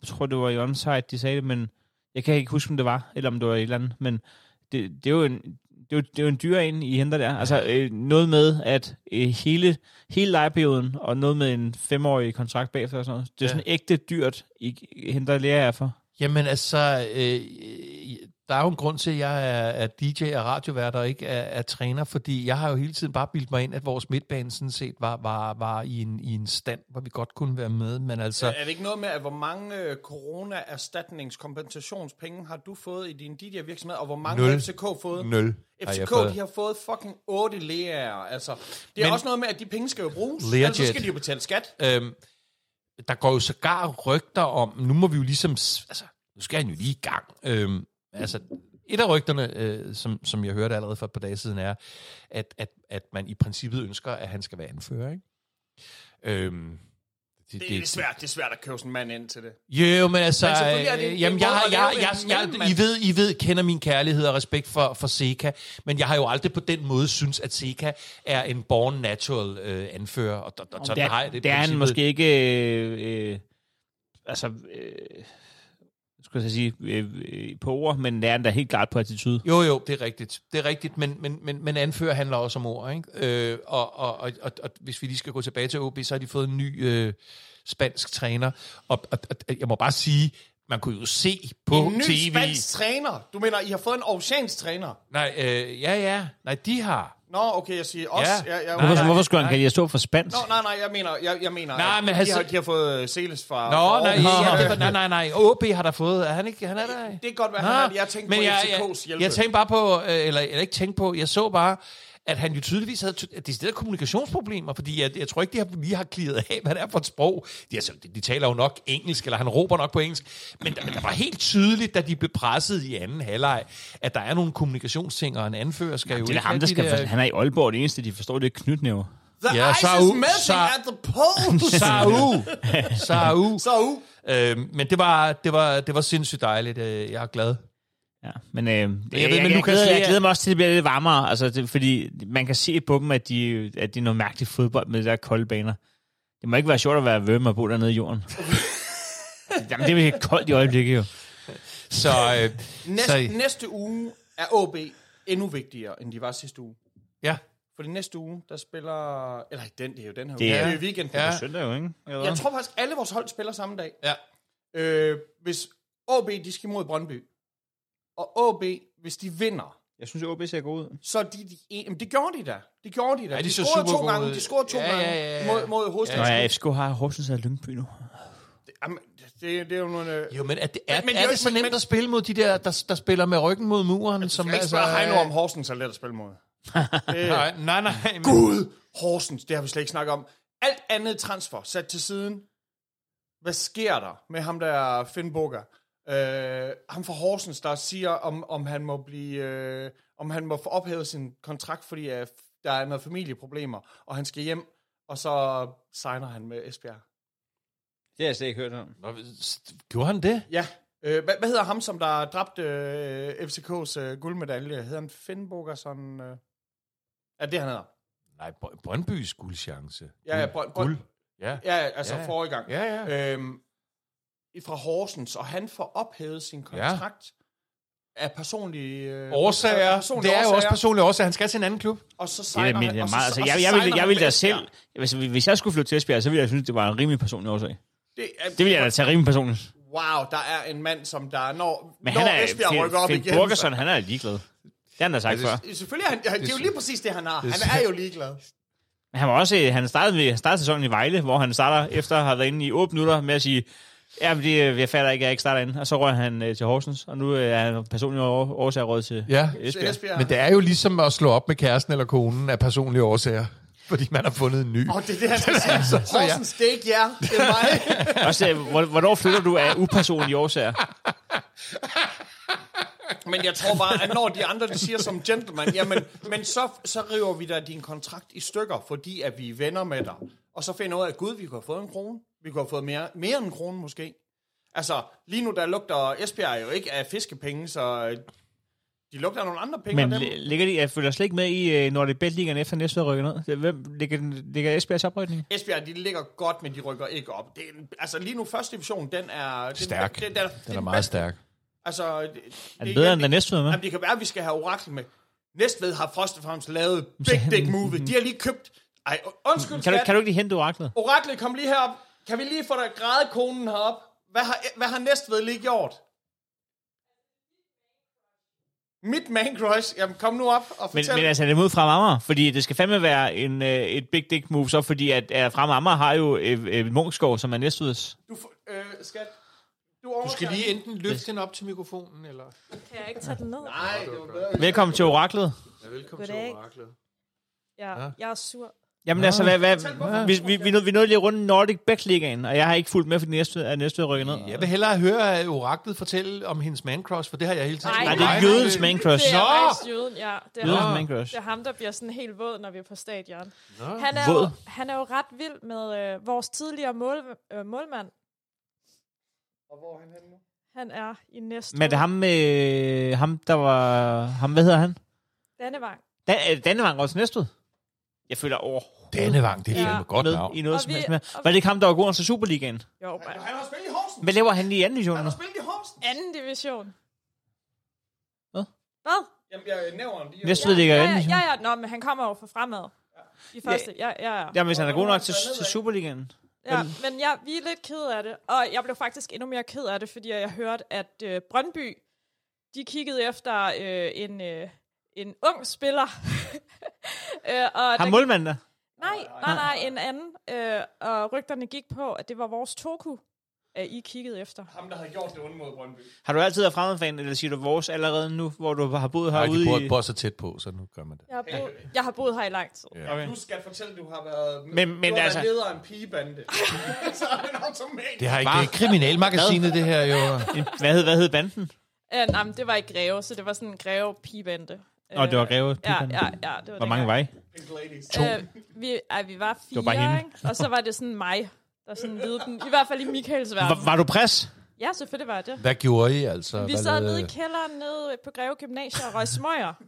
jeg tror, det var i Onsite, de sagde det, men jeg kan ikke huske, om det var, eller om det var et eller andet, men det, det er jo en, det er, jo, det er jo en dyr en, I henter der. Altså øh, noget med, at øh, hele, hele lejeperioden, og noget med en femårig kontrakt bagefter og sådan noget, det
Ja.
er ja. sådan ægte dyrt, I I henter lærer jer for.
Jamen altså, øh, der er jo en grund til, at jeg er, er DJ og radiovært og ikke er, er træner, fordi jeg har jo hele tiden bare bildt mig ind, at vores midtbane sådan set var, var, var i, en, i en stand, hvor vi godt kunne være med, men altså...
er det ikke noget med, at hvor mange øh, corona-erstatningskompensationspenge har du fået i din DJ-virksomhed, og hvor mange
Nul.
har FCK fået?
Nul. har jeg
FCK,
fået.
de har fået fucking 8 læger. Altså, det er
Men-
men, også noget med, at de penge skal jo bruges.
Learjet.
Ellers så skal de jo betale skat.
Øhm, der går jo sågar rygter om, nu må vi jo ligesom, s- altså, nu skal han jo lige i gang. Øhm, altså, et af rygterne, øh, som, som jeg hørte allerede for et par dage siden, er, at, at, at man i princippet ønsker, at han skal være anfører, ikke? Øhm,
Det, det, er svært, det er svært at købe sådan en mand ind til det.
Jo, men altså,
Men selvfølgelig er det en-
øh, jamen,
det er
jeg,
en måde
har-
at
jeg,
lave
jeg,
en
jeg,
mellemmand.
I ved, I ved, kender min kærlighed og respekt for, for Seca, men jeg har jo aldrig på den måde synes, at Seca er en born natural øh, anfører, og, og, og
Om
sådan
det er,
har jeg
det
i
er han
princippet.
måske ikke... Øh, øh, altså, øh, skulle jeg sige, øh, øh, på ord, men det er han da helt klart på attitude.
Jo, jo, det er rigtigt. Det er rigtigt, men, men, men, men anfører handler også om ord, ikke? Øh, og, og, og, og, og hvis vi lige skal gå tilbage til OB, så har de fået en ny øh, spansk træner, og, og, og jeg må bare sige, man kunne jo se på
en ny
TV...
spansk træner. Du mener, I har fået en oceansk træner?
Nej, øh, ja, ja. Nej, de har.
Nå, okay, jeg siger os.
Ja.
Ja. Jeg, jeg,
Nej,
Hvorfor,
nej,
hvorfor skulle han
nej.
kalde jer stå for spansk?
Nå, nej, nej, jeg mener, jeg, jeg mener
Nej,
at
men
de,
altså-
har, de har fået Celes fra... fra
Nå, nej,
Aarhus.
ja, det var, nej, nej, nej. OB har der fået. Er han ikke? Han er der.
Det kan godt være,
Nå,
han er det. Jeg tænkte på FCK's
jeg,
hjælpe.
jeg tænkte bare på, øh, eller, eller ikke tænkte på, jeg så bare, at han jo tydeligvis havde ty- decideret kommunikationsproblemer, fordi jeg, jeg tror ikke, de har, lige har klaret af, hvad det er for et sprog. De, altså, de, de taler jo nok engelsk, eller han råber nok på engelsk, men der, der var helt tydeligt, da de blev presset i anden halvleg, at der er nogle kommunikationsting, og en anfører skal jo
Det er
ikke
ham,
have
der
de
skal...
der-
Han er i Aalborg, det eneste, de forstår, det er knytnæver.
The
Ja,
ice
så
is
u-
melting
så-
at the poles.
Sau! Sau!
Så
Øhm, men det var, det, var, det var sindssygt dejligt. Øh, Jeg er glad.
Ja, men øh, jeg, jeg,
men
jeg, jeg,
Lukas
glæder, jeg
Lea-
glæder mig også til, at det bliver lidt varmere, altså, det, fordi man kan se på dem, at, de, at det er noget mærkeligt fodbold med de der kolde baner. Det må ikke være sjovt at være vøm og bo dernede i jorden. Jamen, det er jo koldt i øjeblikket jo.
Så, øh,
Næste,
så
næste uge er OB endnu vigtigere, end de var sidste uge.
ja.
For det næste uge, der spiller... Eller ikke den, det er jo den her uge.
Det
Det
er-
er jo i weekenden.
Ja.
Ja.
Søndag jo, ikke? Eller hvad?
Jeg tror faktisk, alle vores hold spiller samme dag.
ja.
Øh, hvis OB, de skal mod Brøndby. Og OB, hvis de vinder,
jeg synes, at OB ser god ud.
så er de de en... Jamen, det gjorde de da. Det gjorde de da.
Ja, de
de,
så
scorede to
supergode
gange.
ud.
De scorede to
Ja,
gange
ja, ja, ja.
mod, mod
Nå
hovedstaden.
ja, FCK har Horsens og Lyngby nu.
Jamen, det, det er jo nogle... Øh...
Jo, men er det, er,
Men- men
men,
det
er
er
det så
jo-
nemt
men-
at spille mod de der, der, der spiller med ryggen mod muren? Som,
Jeg kan ikke spørge Heino om Horsens er let at spille mod.
altså- Nej, nej, nej. Men,
Gud, Horsens, det har vi slet ikke snakket om. Alt andet transfer sat til siden. Hvad sker der med ham der Finn Boga? Øh, ham fra Horsens, der siger, om, om han må blive, øh, om han må få ophævet sin kontrakt, fordi øh, der er noget familieproblemer, og han skal hjem, og så signer han med Esbjerg.
Det har jeg slet ikke hørt om.
Nå, s- Gjorde han det?
Ja. Øh, hvad, hvad hedder ham, som der dræbte øh, FCK's øh, guldmedalje? Hedder han Finnbogerson? Øh? Ja, det han hedder.
Nej, Br- Brøndbys guldchance.
Ja, ja, Brønd,
Guld.
Brønd,
Ja. Øh,
ja altså
Ja.
ja. forrige gang.
Ja, ja.
Øhm, fra Horsens, og han får ophævet sin kontrakt ja. af personlige... Øh, af
Årsager.
personlige
Det er jo også
årsager,
personlige årsager. Han skal til en anden klub.
Og så
Det
signer
er, men, det
han,
er
og så-
meget, altså,
og så
jeg, jeg, vil,
signer
jeg
han
vil da
med
selv,
Esbjerg.
hvis, hvis jeg skulle flytte til Esbjerg, så ville jeg synes, det var en rimelig personlig årsag.
Det, er,
Det ville jeg da tage rimelig personligt.
Wow, der er en mand, som der... Når,
Men
når
han er,
Esbjerg rykker op
Finn
igen...
Borgerson, han er ligeglad. Det har han da sagt
Altså,
før.
så- Selvfølgelig, er han, det er jo lige præcis det, han har. Han er jo ligeglad.
Men han var også, øh, han startede, med, han startede sæsonen i Vejle, hvor han starter efter at have været inde i 8 minutter med at sige, ja, men det, øh, jeg fatter ikke, jeg ikke starter ind. Og så røg han øh, til Horsens, og nu øh, er han personlig over- årsager råd til
Ja.
Til
Esbjerg.
Esbjerg.
Men det er jo ligesom at slå op med kæresten eller konen af personlige årsager. Fordi man har fundet en ny.
Og det er det, han skal sige. Horsens, det er ikke jer, det er mig.
Også, øh, hvor- hvornår flytter du af upersonlige årsager?
Men jeg tror bare, at når de andre de siger som gentleman, jamen, men så, så river vi da din kontrakt i stykker, fordi at vi er venner med dig. Og så finder jeg ud af, at gud, vi kunne have fået en krone. Vi kunne have fået mere, mere end en krone måske. Altså, lige nu der lugter Esbjerg jo ikke af fiskepenge, så øh, de lugter af nogle andre penge.
Men
Men, dem.
li- ligger de, jeg følger slet ikke med i uh, Nordic Bet Ligaen efter næste rykker ned. Det- Hvem ligger, den- ligger Esbjergs oprykning?
Esbjerg, de ligger godt, men de rykker ikke op. Det, er- altså, lige nu første division, den er... Den,
Stærk.
Den, den, den,
Den er meget stærk.
Altså, det,
Er den bedre end
det,
den næste med?
Jamen, det kan være, at vi skal have orakel med. Næstved har først og fremmest lavet Big Dick Movie. De har lige købt... Ej, undskyld,
Kan du,
skat.
kan du ikke lige hente oraklet?
Oraklet, kom lige herop. Kan vi lige få dig grædekonen herop? Hvad har, hvad har Næstved lige gjort? Mit man crush. Jamen, kom nu op og
Men,
fortæl.
men altså, er det mod Frem Amager? Fordi det skal fandme være en, uh, et big dick move, så fordi at uh, Frem Amager har jo uh, uh, Munkskov, som er næstudets.
du, får- øh, skat, du,
Du skal
overtager.
lige enten løfte den op til mikrofonen, eller...
Kan jeg ikke tage den ned?
Nej, det var bedre.
Velkommen til oraklet.
Ja, velkommen
Goddag.
til oraklet.
Ja, jeg er sur.
Jamen altså, hvad,
Fortæl,
hvad,
hvorfor-
vi, vi, vi, nåede, vi nåede lige rundt Nordic Bet Ligaen, og jeg har ikke fulgt med, fordi næste er næste rykker ned.
Jeg vil hellere høre øh, oraklet fortælle om hendes mancross, for det har jeg hele tiden.
Nej,
Nej,
Nej,
det er jødens man crush.
Det er
Nå!
faktisk jøden, ja. Det er,
Jødens
ham,
man crush.
det er ham, der bliver sådan helt våd, når vi er på stadion. Han er,
Våd?
jo, han er jo ret vild med øh, vores tidligere mål, øh, målmand.
Og hvor er han henne nu?
Han er i næste
Men det er ham, øh, ham, der var... Ham, hvad hedder han?
Dannevang.
Dan, øh, Dannevang var også næstud. Jeg føler overhovedet
Dannevang, det er
Ja.
fandme godt
med
navn.
i noget
Og
som
vi-
helst med.
og-
Var det ikke ham, der var god til Superligaen?
Jo, bare
Han har spillet i Horsens.
Hvad laver han i anden division
Han
nu?
har spillet i Horsens.
anden division.
Hvad?
Hvad?
Jamen, jeg nævner ham lige.
Næstved ligger i
ja,
anden
ja,
division.
ja, ja. Nå, men han kommer jo fra fremad. I første. Ja, ja, ja.
Jamen, hvis han er god nok til,
Ja.
til Superligaen.
ja men ja, vi er lidt ked af det. Og jeg blev faktisk endnu mere ked af det, fordi jeg hørte, at øh, Brøndby, de kiggede efter øh, en, øh, en ung spiller. øh, og
Har
der-
målmanden der?
Nej, nej, nej, en anden. Øh, og rygterne gik på, at det var vores Toku, øh, I kiggede efter.
Ham, der havde gjort det onde mod Brøndby.
Har du altid været fremmedfan, eller siger du vores allerede nu, hvor du har boet
Nej,
herude
de bor,
i...
bor så tæt på, så nu gør man det.
Jeg har, bo- jeg har boet her i lang tid.
Okay.
Du skal fortælle, at du har været,
Men- men
du har
altså-
været leder af en pigebande. så er han automatisk.
Det har ikke det er kriminalmagasinet, det her jo.
Hvad hed, hvad hed banden?
Øh, nej, men det var ikke Greve, så det var sådan en Greve-pigebande.
Nå, det var Greve
Ja,
pigebande.
ja, ja. Det var
Hvor mange var I?
Pink ladies.
Øh, vi, ej, vi var fire,
var bare hende.
ikke? og så var det sådan mig, der sådan ledte den. I hvert fald i Michaels verden.
Var, var du pres?
Ja, selvfølgelig var jeg det.
Hvad gjorde I altså?
Vi
Hvad
sad
lavede-
nede i kælderen nede på Greve Gymnasium og røg smøger.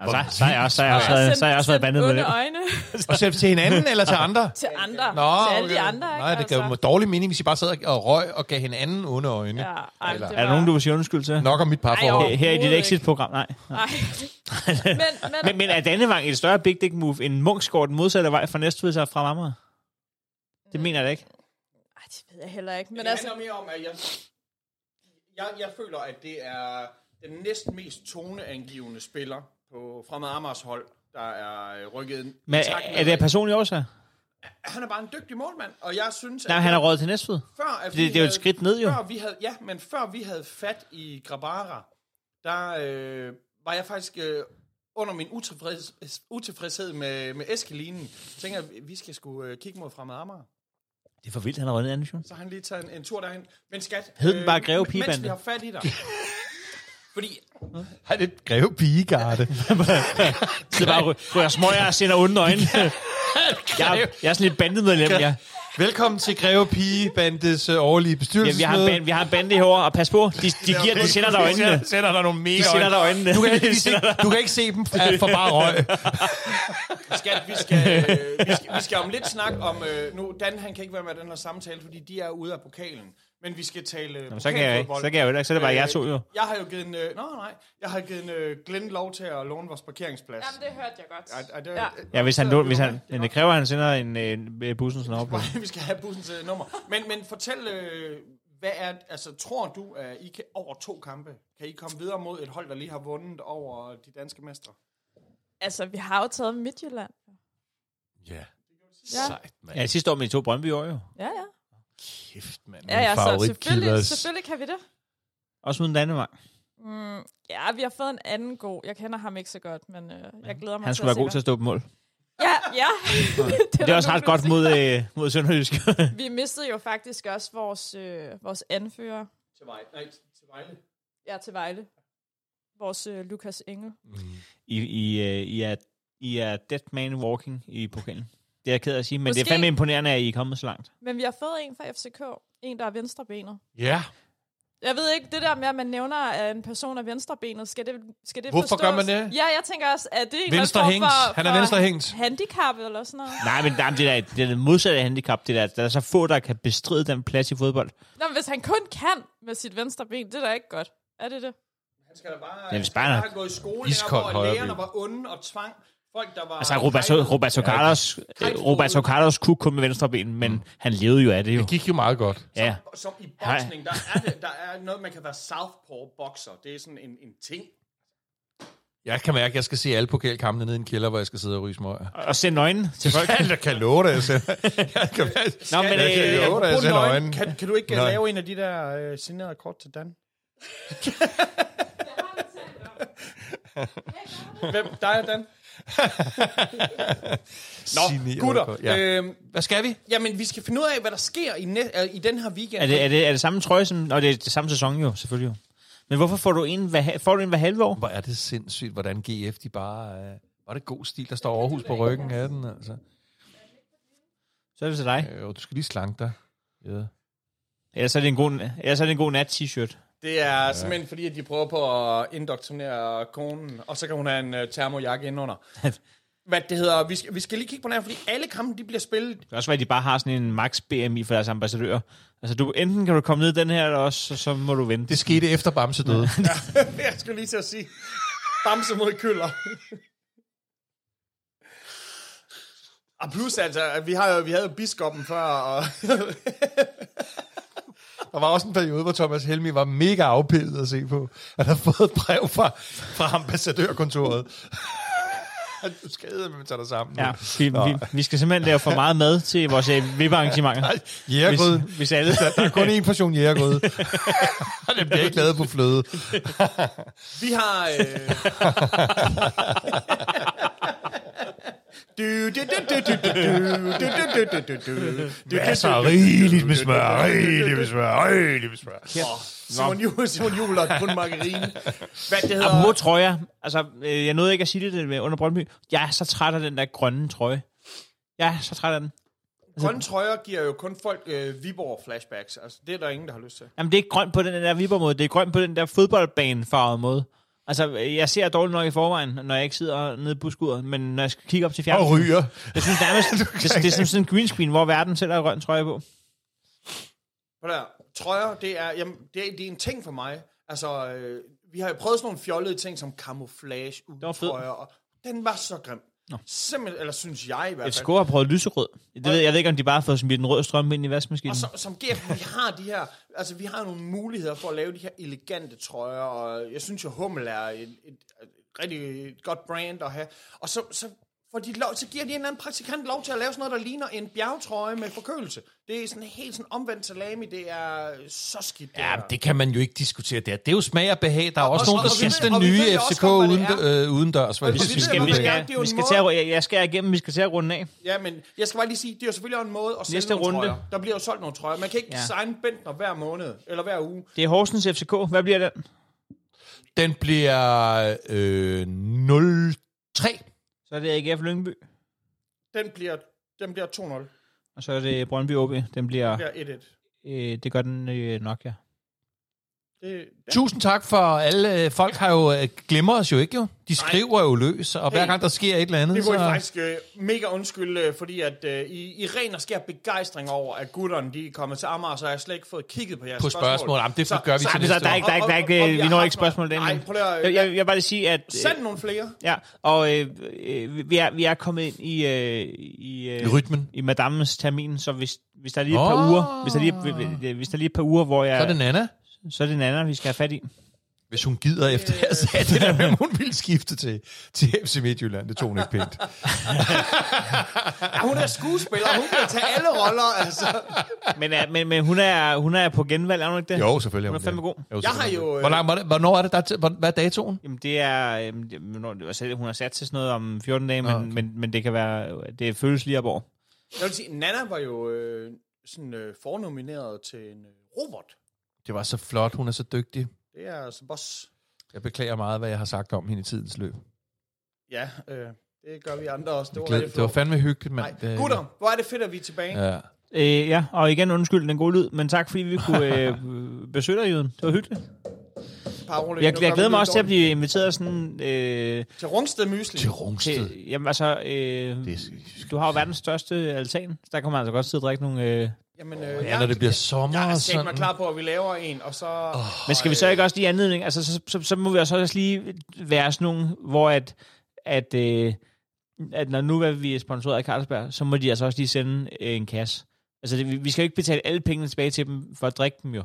Ja, Altså, så, så har jeg også, så har jeg også, været- så har jeg også været bandet med
med
det.
øjne
Og selv til hinanden eller til andre?
til andre.
Nå,
til alle de
okay.
andre, ikke?
Nej, det gav altså. dårlig mening, hvis I bare sad og- og røg og gav hinanden under øjne.
Ja, ej,
Eller-
det
Er der
var-
nogen, du vil sige undskyld til?
Nok om mit parforhold.
Ej, jo.
Her i dit
Overhovedet ikke.
exit-program, nej.
Nej. men, men,
Men, men er Dannevang et større big dick move end Munchsgaard den modsatte vej fra Næstved sig fra Amager? Det mener jeg da ikke.
Ej, det ved jeg heller ikke. Men
det handler
altså,
mere om, at jeg, jeg, jeg føler, at det er den næsten mest toneangivende spiller på Fremad Amagers hold, der er øh, rykket ind.
Men
Tak
er,
med-
er det af personlige årsager?
Han er bare en dygtig målmand, og jeg synes, at
Nej, han er råd til Næstved.
før, at
det- det er jo et skridt ned, jo.
Før vi havde, ja, men før vi havde fat i Grabara, der øh, var jeg faktisk øh, under min utilfreds, utilfredshed med, med Eskelinen, tænker jeg, vi skal sgu øh, kigge mod Fremad Amager.
Det er for vildt, han har røget en nation.
Så har han lige taget en, en tur derhen. Men skat,
Hed den bare Greve
men- Mens vi
Pigebande?
har fat i dig. Fordi
Han er et greve pigegarde.
Så bare ry- ryger smøger og sender onde øjne. jeg, jeg er sådan lidt bandemedlem, jeg.
Velkommen til Greve Pigebandes øh, årlige
Ja, vi, har en
bestyrelsesmøde.
band, vi har en bande i håret, og pas på, de, de, giver, de sender dig øjnene.
sætter dig nogle mega
De sender dig øjnene.
Du kan, ikke se, du kan ikke se dem øh, for bare røg.
skat, vi skal, øh, vi skal, vi skal om lidt snakke om... Øh, nu, Dan han kan ikke være med i den her samtale, fordi de er ude af pokalen. Men vi skal tale øh,
Jamen, så kan jeg ikke. Så kan jeg jo ikke. Så er det bare jer to, jo.
Jeg har jo givet en... Øh, nå, nej. Jeg har givet en øh, Glenn lov til at låne vores parkeringsplads.
Jamen, det hørte jeg godt.
Ej, ej, det,
Ja.
Ja, hvis han, lå- hvis han, men det kræver, at han sender en, en, en bussen sådan op.
vi skal have bussens øh, nummer. Men, men fortæl, øh, hvad er, altså, tror du, at I kan over to kampe, kan I komme videre mod et hold, der lige har vundet over de danske mestre?
Altså, vi har jo taget Midtjylland.
Ja,
Ja,
sejt, mand.
Ja, sidste år med de to Brøndby år, jo.
ja, ja.
Kæft, mand.
ja, ja så selvfølgelig,
Favoritkillers.
selvfølgelig kan vi det.
Også uden Danmark.
Mm, ja, vi har fået en anden god. Jeg kender ham ikke så godt, men øh, jeg glæder mig
Han skulle være god til at stå på mål.
Ja, ja. det,
Det er også
der
ret
nogen,
godt
der
mod, øh, mod Sønderjysk.
siger. Vi mistede jo faktisk også vores, øh, vores anfører
Til Vejle. Nej, til Vejle.
ja, til Vejle. Vores øh, Lukas Engel.
I, I, øh, I, er, I er dead man walking i pokalen. Det er jeg ked af at sige, men Måske. det
Måske-
er fandme imponerende, at I er kommet så langt.
Men vi har fået en fra FCK. En, der er venstrebenet.
Ja,
Jeg ved ikke, det der med, at man nævner, at en person er venstrebenet, skal det, skal det
Hvorfor
forstås?
gør man det?
Ja, jeg tænker også, at det er en eller anden form
venstrehængt.
for,
Han er
for
venstrehængt.
handicap eller sådan noget.
Nej, men nej, men det, der, det er det modsatte handicap, det der. Der er så få, der kan bestride den plads i fodbold.
Nå, men hvis han kun kan med sit venstre ben, det er da ikke godt. Er det det?
Han skal da bare,
Ja,
han
hvis
skal
bare han
bare gå i skole,
iskold
hvor
højreben.
lærerne var onde og tvang folk, der var...
Altså, Roberto, Roberto Carlos, øh, Roberto Carlos kunne kun med venstre ben, men mm. han levede jo af det jo.
det gik jo meget godt.
Ja.
Som i boksning, der er, det, der er noget, man kan være southpaw-bokser. Det er sådan en, en ting.
Jeg kan mærke, at jeg skal se alle pokalkampene nede i en kælder, hvor jeg skal sidde og ryge smøger.
Og sende nøglen til folk.
Jeg kan love dig, jeg selv. Jeg kan,
Nå, men,
jeg
øh,
kan love dig, jeg selv øjnene.
Kan, kan du ikke
Nej.
Nej. lave en af de der øh, signerede kort til Dan? Hvem? Dig og Dan?
Signeret
Gutter,
kort,
ja.
ja.
øh-
øhm,
Hvad skal vi?
jamen vi skal finde ud af, hvad der sker i, net, øh, i den her weekend.
er, det, er, det, er det samme trøje som... Og det er det samme sæson jo, selvfølgelig jo. Men hvorfor får du en hver, ha- får du en hver halve år?
Hvor er det sindssygt, hvordan GF de bare... Øh, var det god stil, der står Aarhus på ryggen af den, altså.
Så er det til dig.
Øh, du skal lige slanke dig. Ja.
Ellers er det en god, ellers er det en god nat-t-shirt.
Det er ja. simpelthen fordi, at de prøver på at indoktrinere konen, og så kan hun have en øh, termojakke indenunder. Hvad det hedder, vi skal, vi skal lige kigge på den her, fordi alle kampe, de bliver spillet.
Det kan også være, at de bare har sådan en max BMI for deres ambassadører. Altså, du, enten kan du komme ned i den her, eller også, så, så må du vente.
Det skete efter Bamse døde.
Jeg skulle lige til at sige, bamse mod køller. Og plus, altså, at vi, har jo, vi havde jo biskoppen før, og
Der var også en periode, hvor Thomas Helmi var mega afpillet at se på. Han havde fået et brev fra, fra ambassadørkontoret. du skal med tage dig sammen.
Ja, vi, vi, vi, skal simpelthen lave for meget mad til vores øh, vippearrangementer.
Jægergrød.
Hvis, hvis alle...
Der er kun én portion jægergrød. Og den bliver ikke lavet på fløde.
vi har... Øh... Du, du, du, du, du, du, du, du, du, du, du, du, du, du.
rigeligt med smør, rigeligt med smør, rigeligt med smør.
Simon Juhl, Simon Juhl og kun margarine. Hvad det hedder?
Apropos trøjer, altså, øh, jeg nåede ikke at sige det øh, under Brøndby. Jeg er så træt af den der grønne trøje. Jeg er så træt af den.
Grønne trøjer giver jo kun folk øh, Viborg-flashbacks. Altså, det er der ingen, der har lyst til.
Jamen, det er ikke grønt på den der Viborg-måde. Det er grønt på den der fodboldbanefarvede måde. Altså, øh, jeg ser dårligt nok i forvejen, når jeg ikke sidder nede i buskuret, men når jeg skal kigge op til
Og
fjernsynet,
ryger.
jeg synes nærmest, det, det er som sådan en green screen, hvor verden selv har grøn trøje på.
Prøv der, trøjer, det er, jamen, det, er, det er en ting for mig. Altså, øh, vi har jo prøvet sådan nogle fjollede ting som camouflage,
var fed.
ugetrøjer, og den var så grim. Nå. Simpelthen, eller synes jeg i hvert
FCK
fald.
har prøvet lyserød. Det ved, jeg- jeg ved ikke, om de bare har fået smidt en rød strømpe ind i vaskemaskinen.
Og så, som GF, vi har de her, altså vi har nogle muligheder for at lave de her elegante trøjer, og jeg synes jo, Hummel er et, et, et rigtig godt brand at have. Og så, så hvor de lov, så giver de en eller anden praktikant lov til at lave sådan noget, der ligner en bjergetrøje med forkølelse. Det er sådan helt sådan omvendt salami. Det er så skidt. det
Ja,
her.
det kan man jo ikke diskutere der. Det er jo smag og behag. Der er også
og-
nogen, der
og vi
synes,
ved- og
den
vi
nye
ved også
FCK
godt, hvad
uden,
det
øh, uden dørs. Var
Og
det,
vi
vi
ved-
Vi
synes,
ved-
skal, vi
det er
skal,
jo
vi
en
skal
måde-
til at, ru- jeg, jeg skal igennem, vi skal til at runde af.
Ja, men jeg skal bare lige sige, det er jo selvfølgelig også en måde at sælge
Næste
nogle
runde.
trøjer. Der bliver jo solgt nogle trøjer. Man kan ikke
Ja.
ja. signe Bentner hver måned, eller hver uge.
Det er Horsens FCK. Hvad bliver den?
den bliver øh, 0-3.
Så er det AGF Lyngby,
Den bliver, den bliver 2-0.
og så er det Brøndby OB. Den
Den
bliver,
bliver 1-1.
øh, det gør den øh, nok, ja.
Det, ja.
Tusind tak for alle. øh, Folk har jo, øh, glemmer os jo ikke jo. De skriver jo løs, og hver
Hey.
gang der sker et eller andet,
Det kunne I
så...
faktisk øh, mega undskylde, øh, fordi at, øh, I, I ren og skær begejstring over, at gutterne de er kommet til Amager, så har jeg slet ikke fået kigget på jeres
På spørgsmål. Jamen, det gør vi til
så-
næste
Så der er ikke, der er ikke, der er ikke,
Og- og- og
øh, vi
har
når
haft
ikke spørgsmål den.
nogle- Nej, prøv lige at...
Jeg, jeg, jeg vil bare lige sige, at... øh,
Send nogle flere.
Ja, og øh, øh, vi, er, vi er kommet ind i, øh, i, øh,
I rytmen.
i madammes termin, så hvis, hvis der er lige et par
Åh.
uger, hvis der, lige, hvis der er lige et par uger, hvor jeg,
Så er det Nana.
så er det en anden, vi skal have fat i.
Hvis hun
Øh.
gider efter, at jeg sagde det der, hvem hun ville skifte til, til FC Midtjylland. Det tog hun ikke pænt.
Ja, hun er skuespiller, hun kan tage alle roller, altså.
Men, øh, men, men hun, er, hun er på genvalg, er hun ikke det?
Jo, selvfølgelig.
Hun er
hun
fandme
det.
god.
Jo,
Jeg har
selvfølgelig.
jo... øh,
Hvor lang, hvor- hvornår er det? Der, er til- hvor- hvad er datoen?
Jamen det er, øh, det- hvornår- det var selv- hun har sat til sådan noget om 14 dage, men,
okay.
men, men det kan være, det føles lige op over.
Jeg vil sige, Nana var jo øh, sådan øh, fornomineret til en øh, robot.
Det var så flot. Hun er så dygtig.
Det er altså boss.
Jeg beklager meget, hvad jeg har sagt om hende i tidens løb.
Ja, øh, det gør vi andre også. Det var,
Glæd,
rigtig
det var
flot.
fandme hyggeligt, mand.
Nej,
Øh,
gutter, hvor er det fedt, at vi er tilbage. Ja.
Ja.
Øh, ja, og igen undskyld den gode lyd, men tak fordi vi kunne øh, besøge dig, Jøden. Det var hyggeligt.
Parole,
Jeg, jeg glæder mig også til at blive inviteret sådan... Øh,
Til Rungsted Mysli.
Til Rungsted.
til, jamen altså, øh,
Det er,
Du har jo verdens største altan, så der kan man altså godt sidde og drikke nogle... Øh...
Jamen, øh,
ja, når det bliver sommer
Jeg er
og
slet mig
sådan.
klar på, at vi laver en, og så... Oh.
Men skal vi så ikke også lige i anledning? Altså, så, så, så må vi også, også lige være sådan nogle, hvor at, at, øh, at når nu er vi er sponsoreret af Carlsberg, så må de altså også lige sende øh, en kasse. Altså, det, vi- vi skal jo ikke betale alle pengene tilbage til dem, for at drikke dem jo.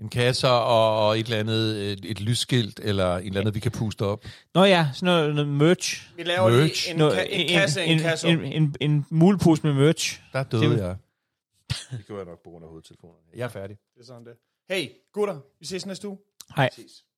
En kasse og, og et eller andet, et, et lysskilt eller et eller andet, vi kan puste op.
Nå ja, sådan noget, noget merch.
Vi laver
Merch.
lige en,
Noget,
ka- en, kasse, en, kasse.
En, en, en, en mulepose med merch.
Der døde
Det-
jeg. Det gjorde jeg nok på grund af hovedtelefonerne. Jeg er færdig.
Det er sådan det. Hey, gutter, vi ses næste uge.
Hej.
Ses.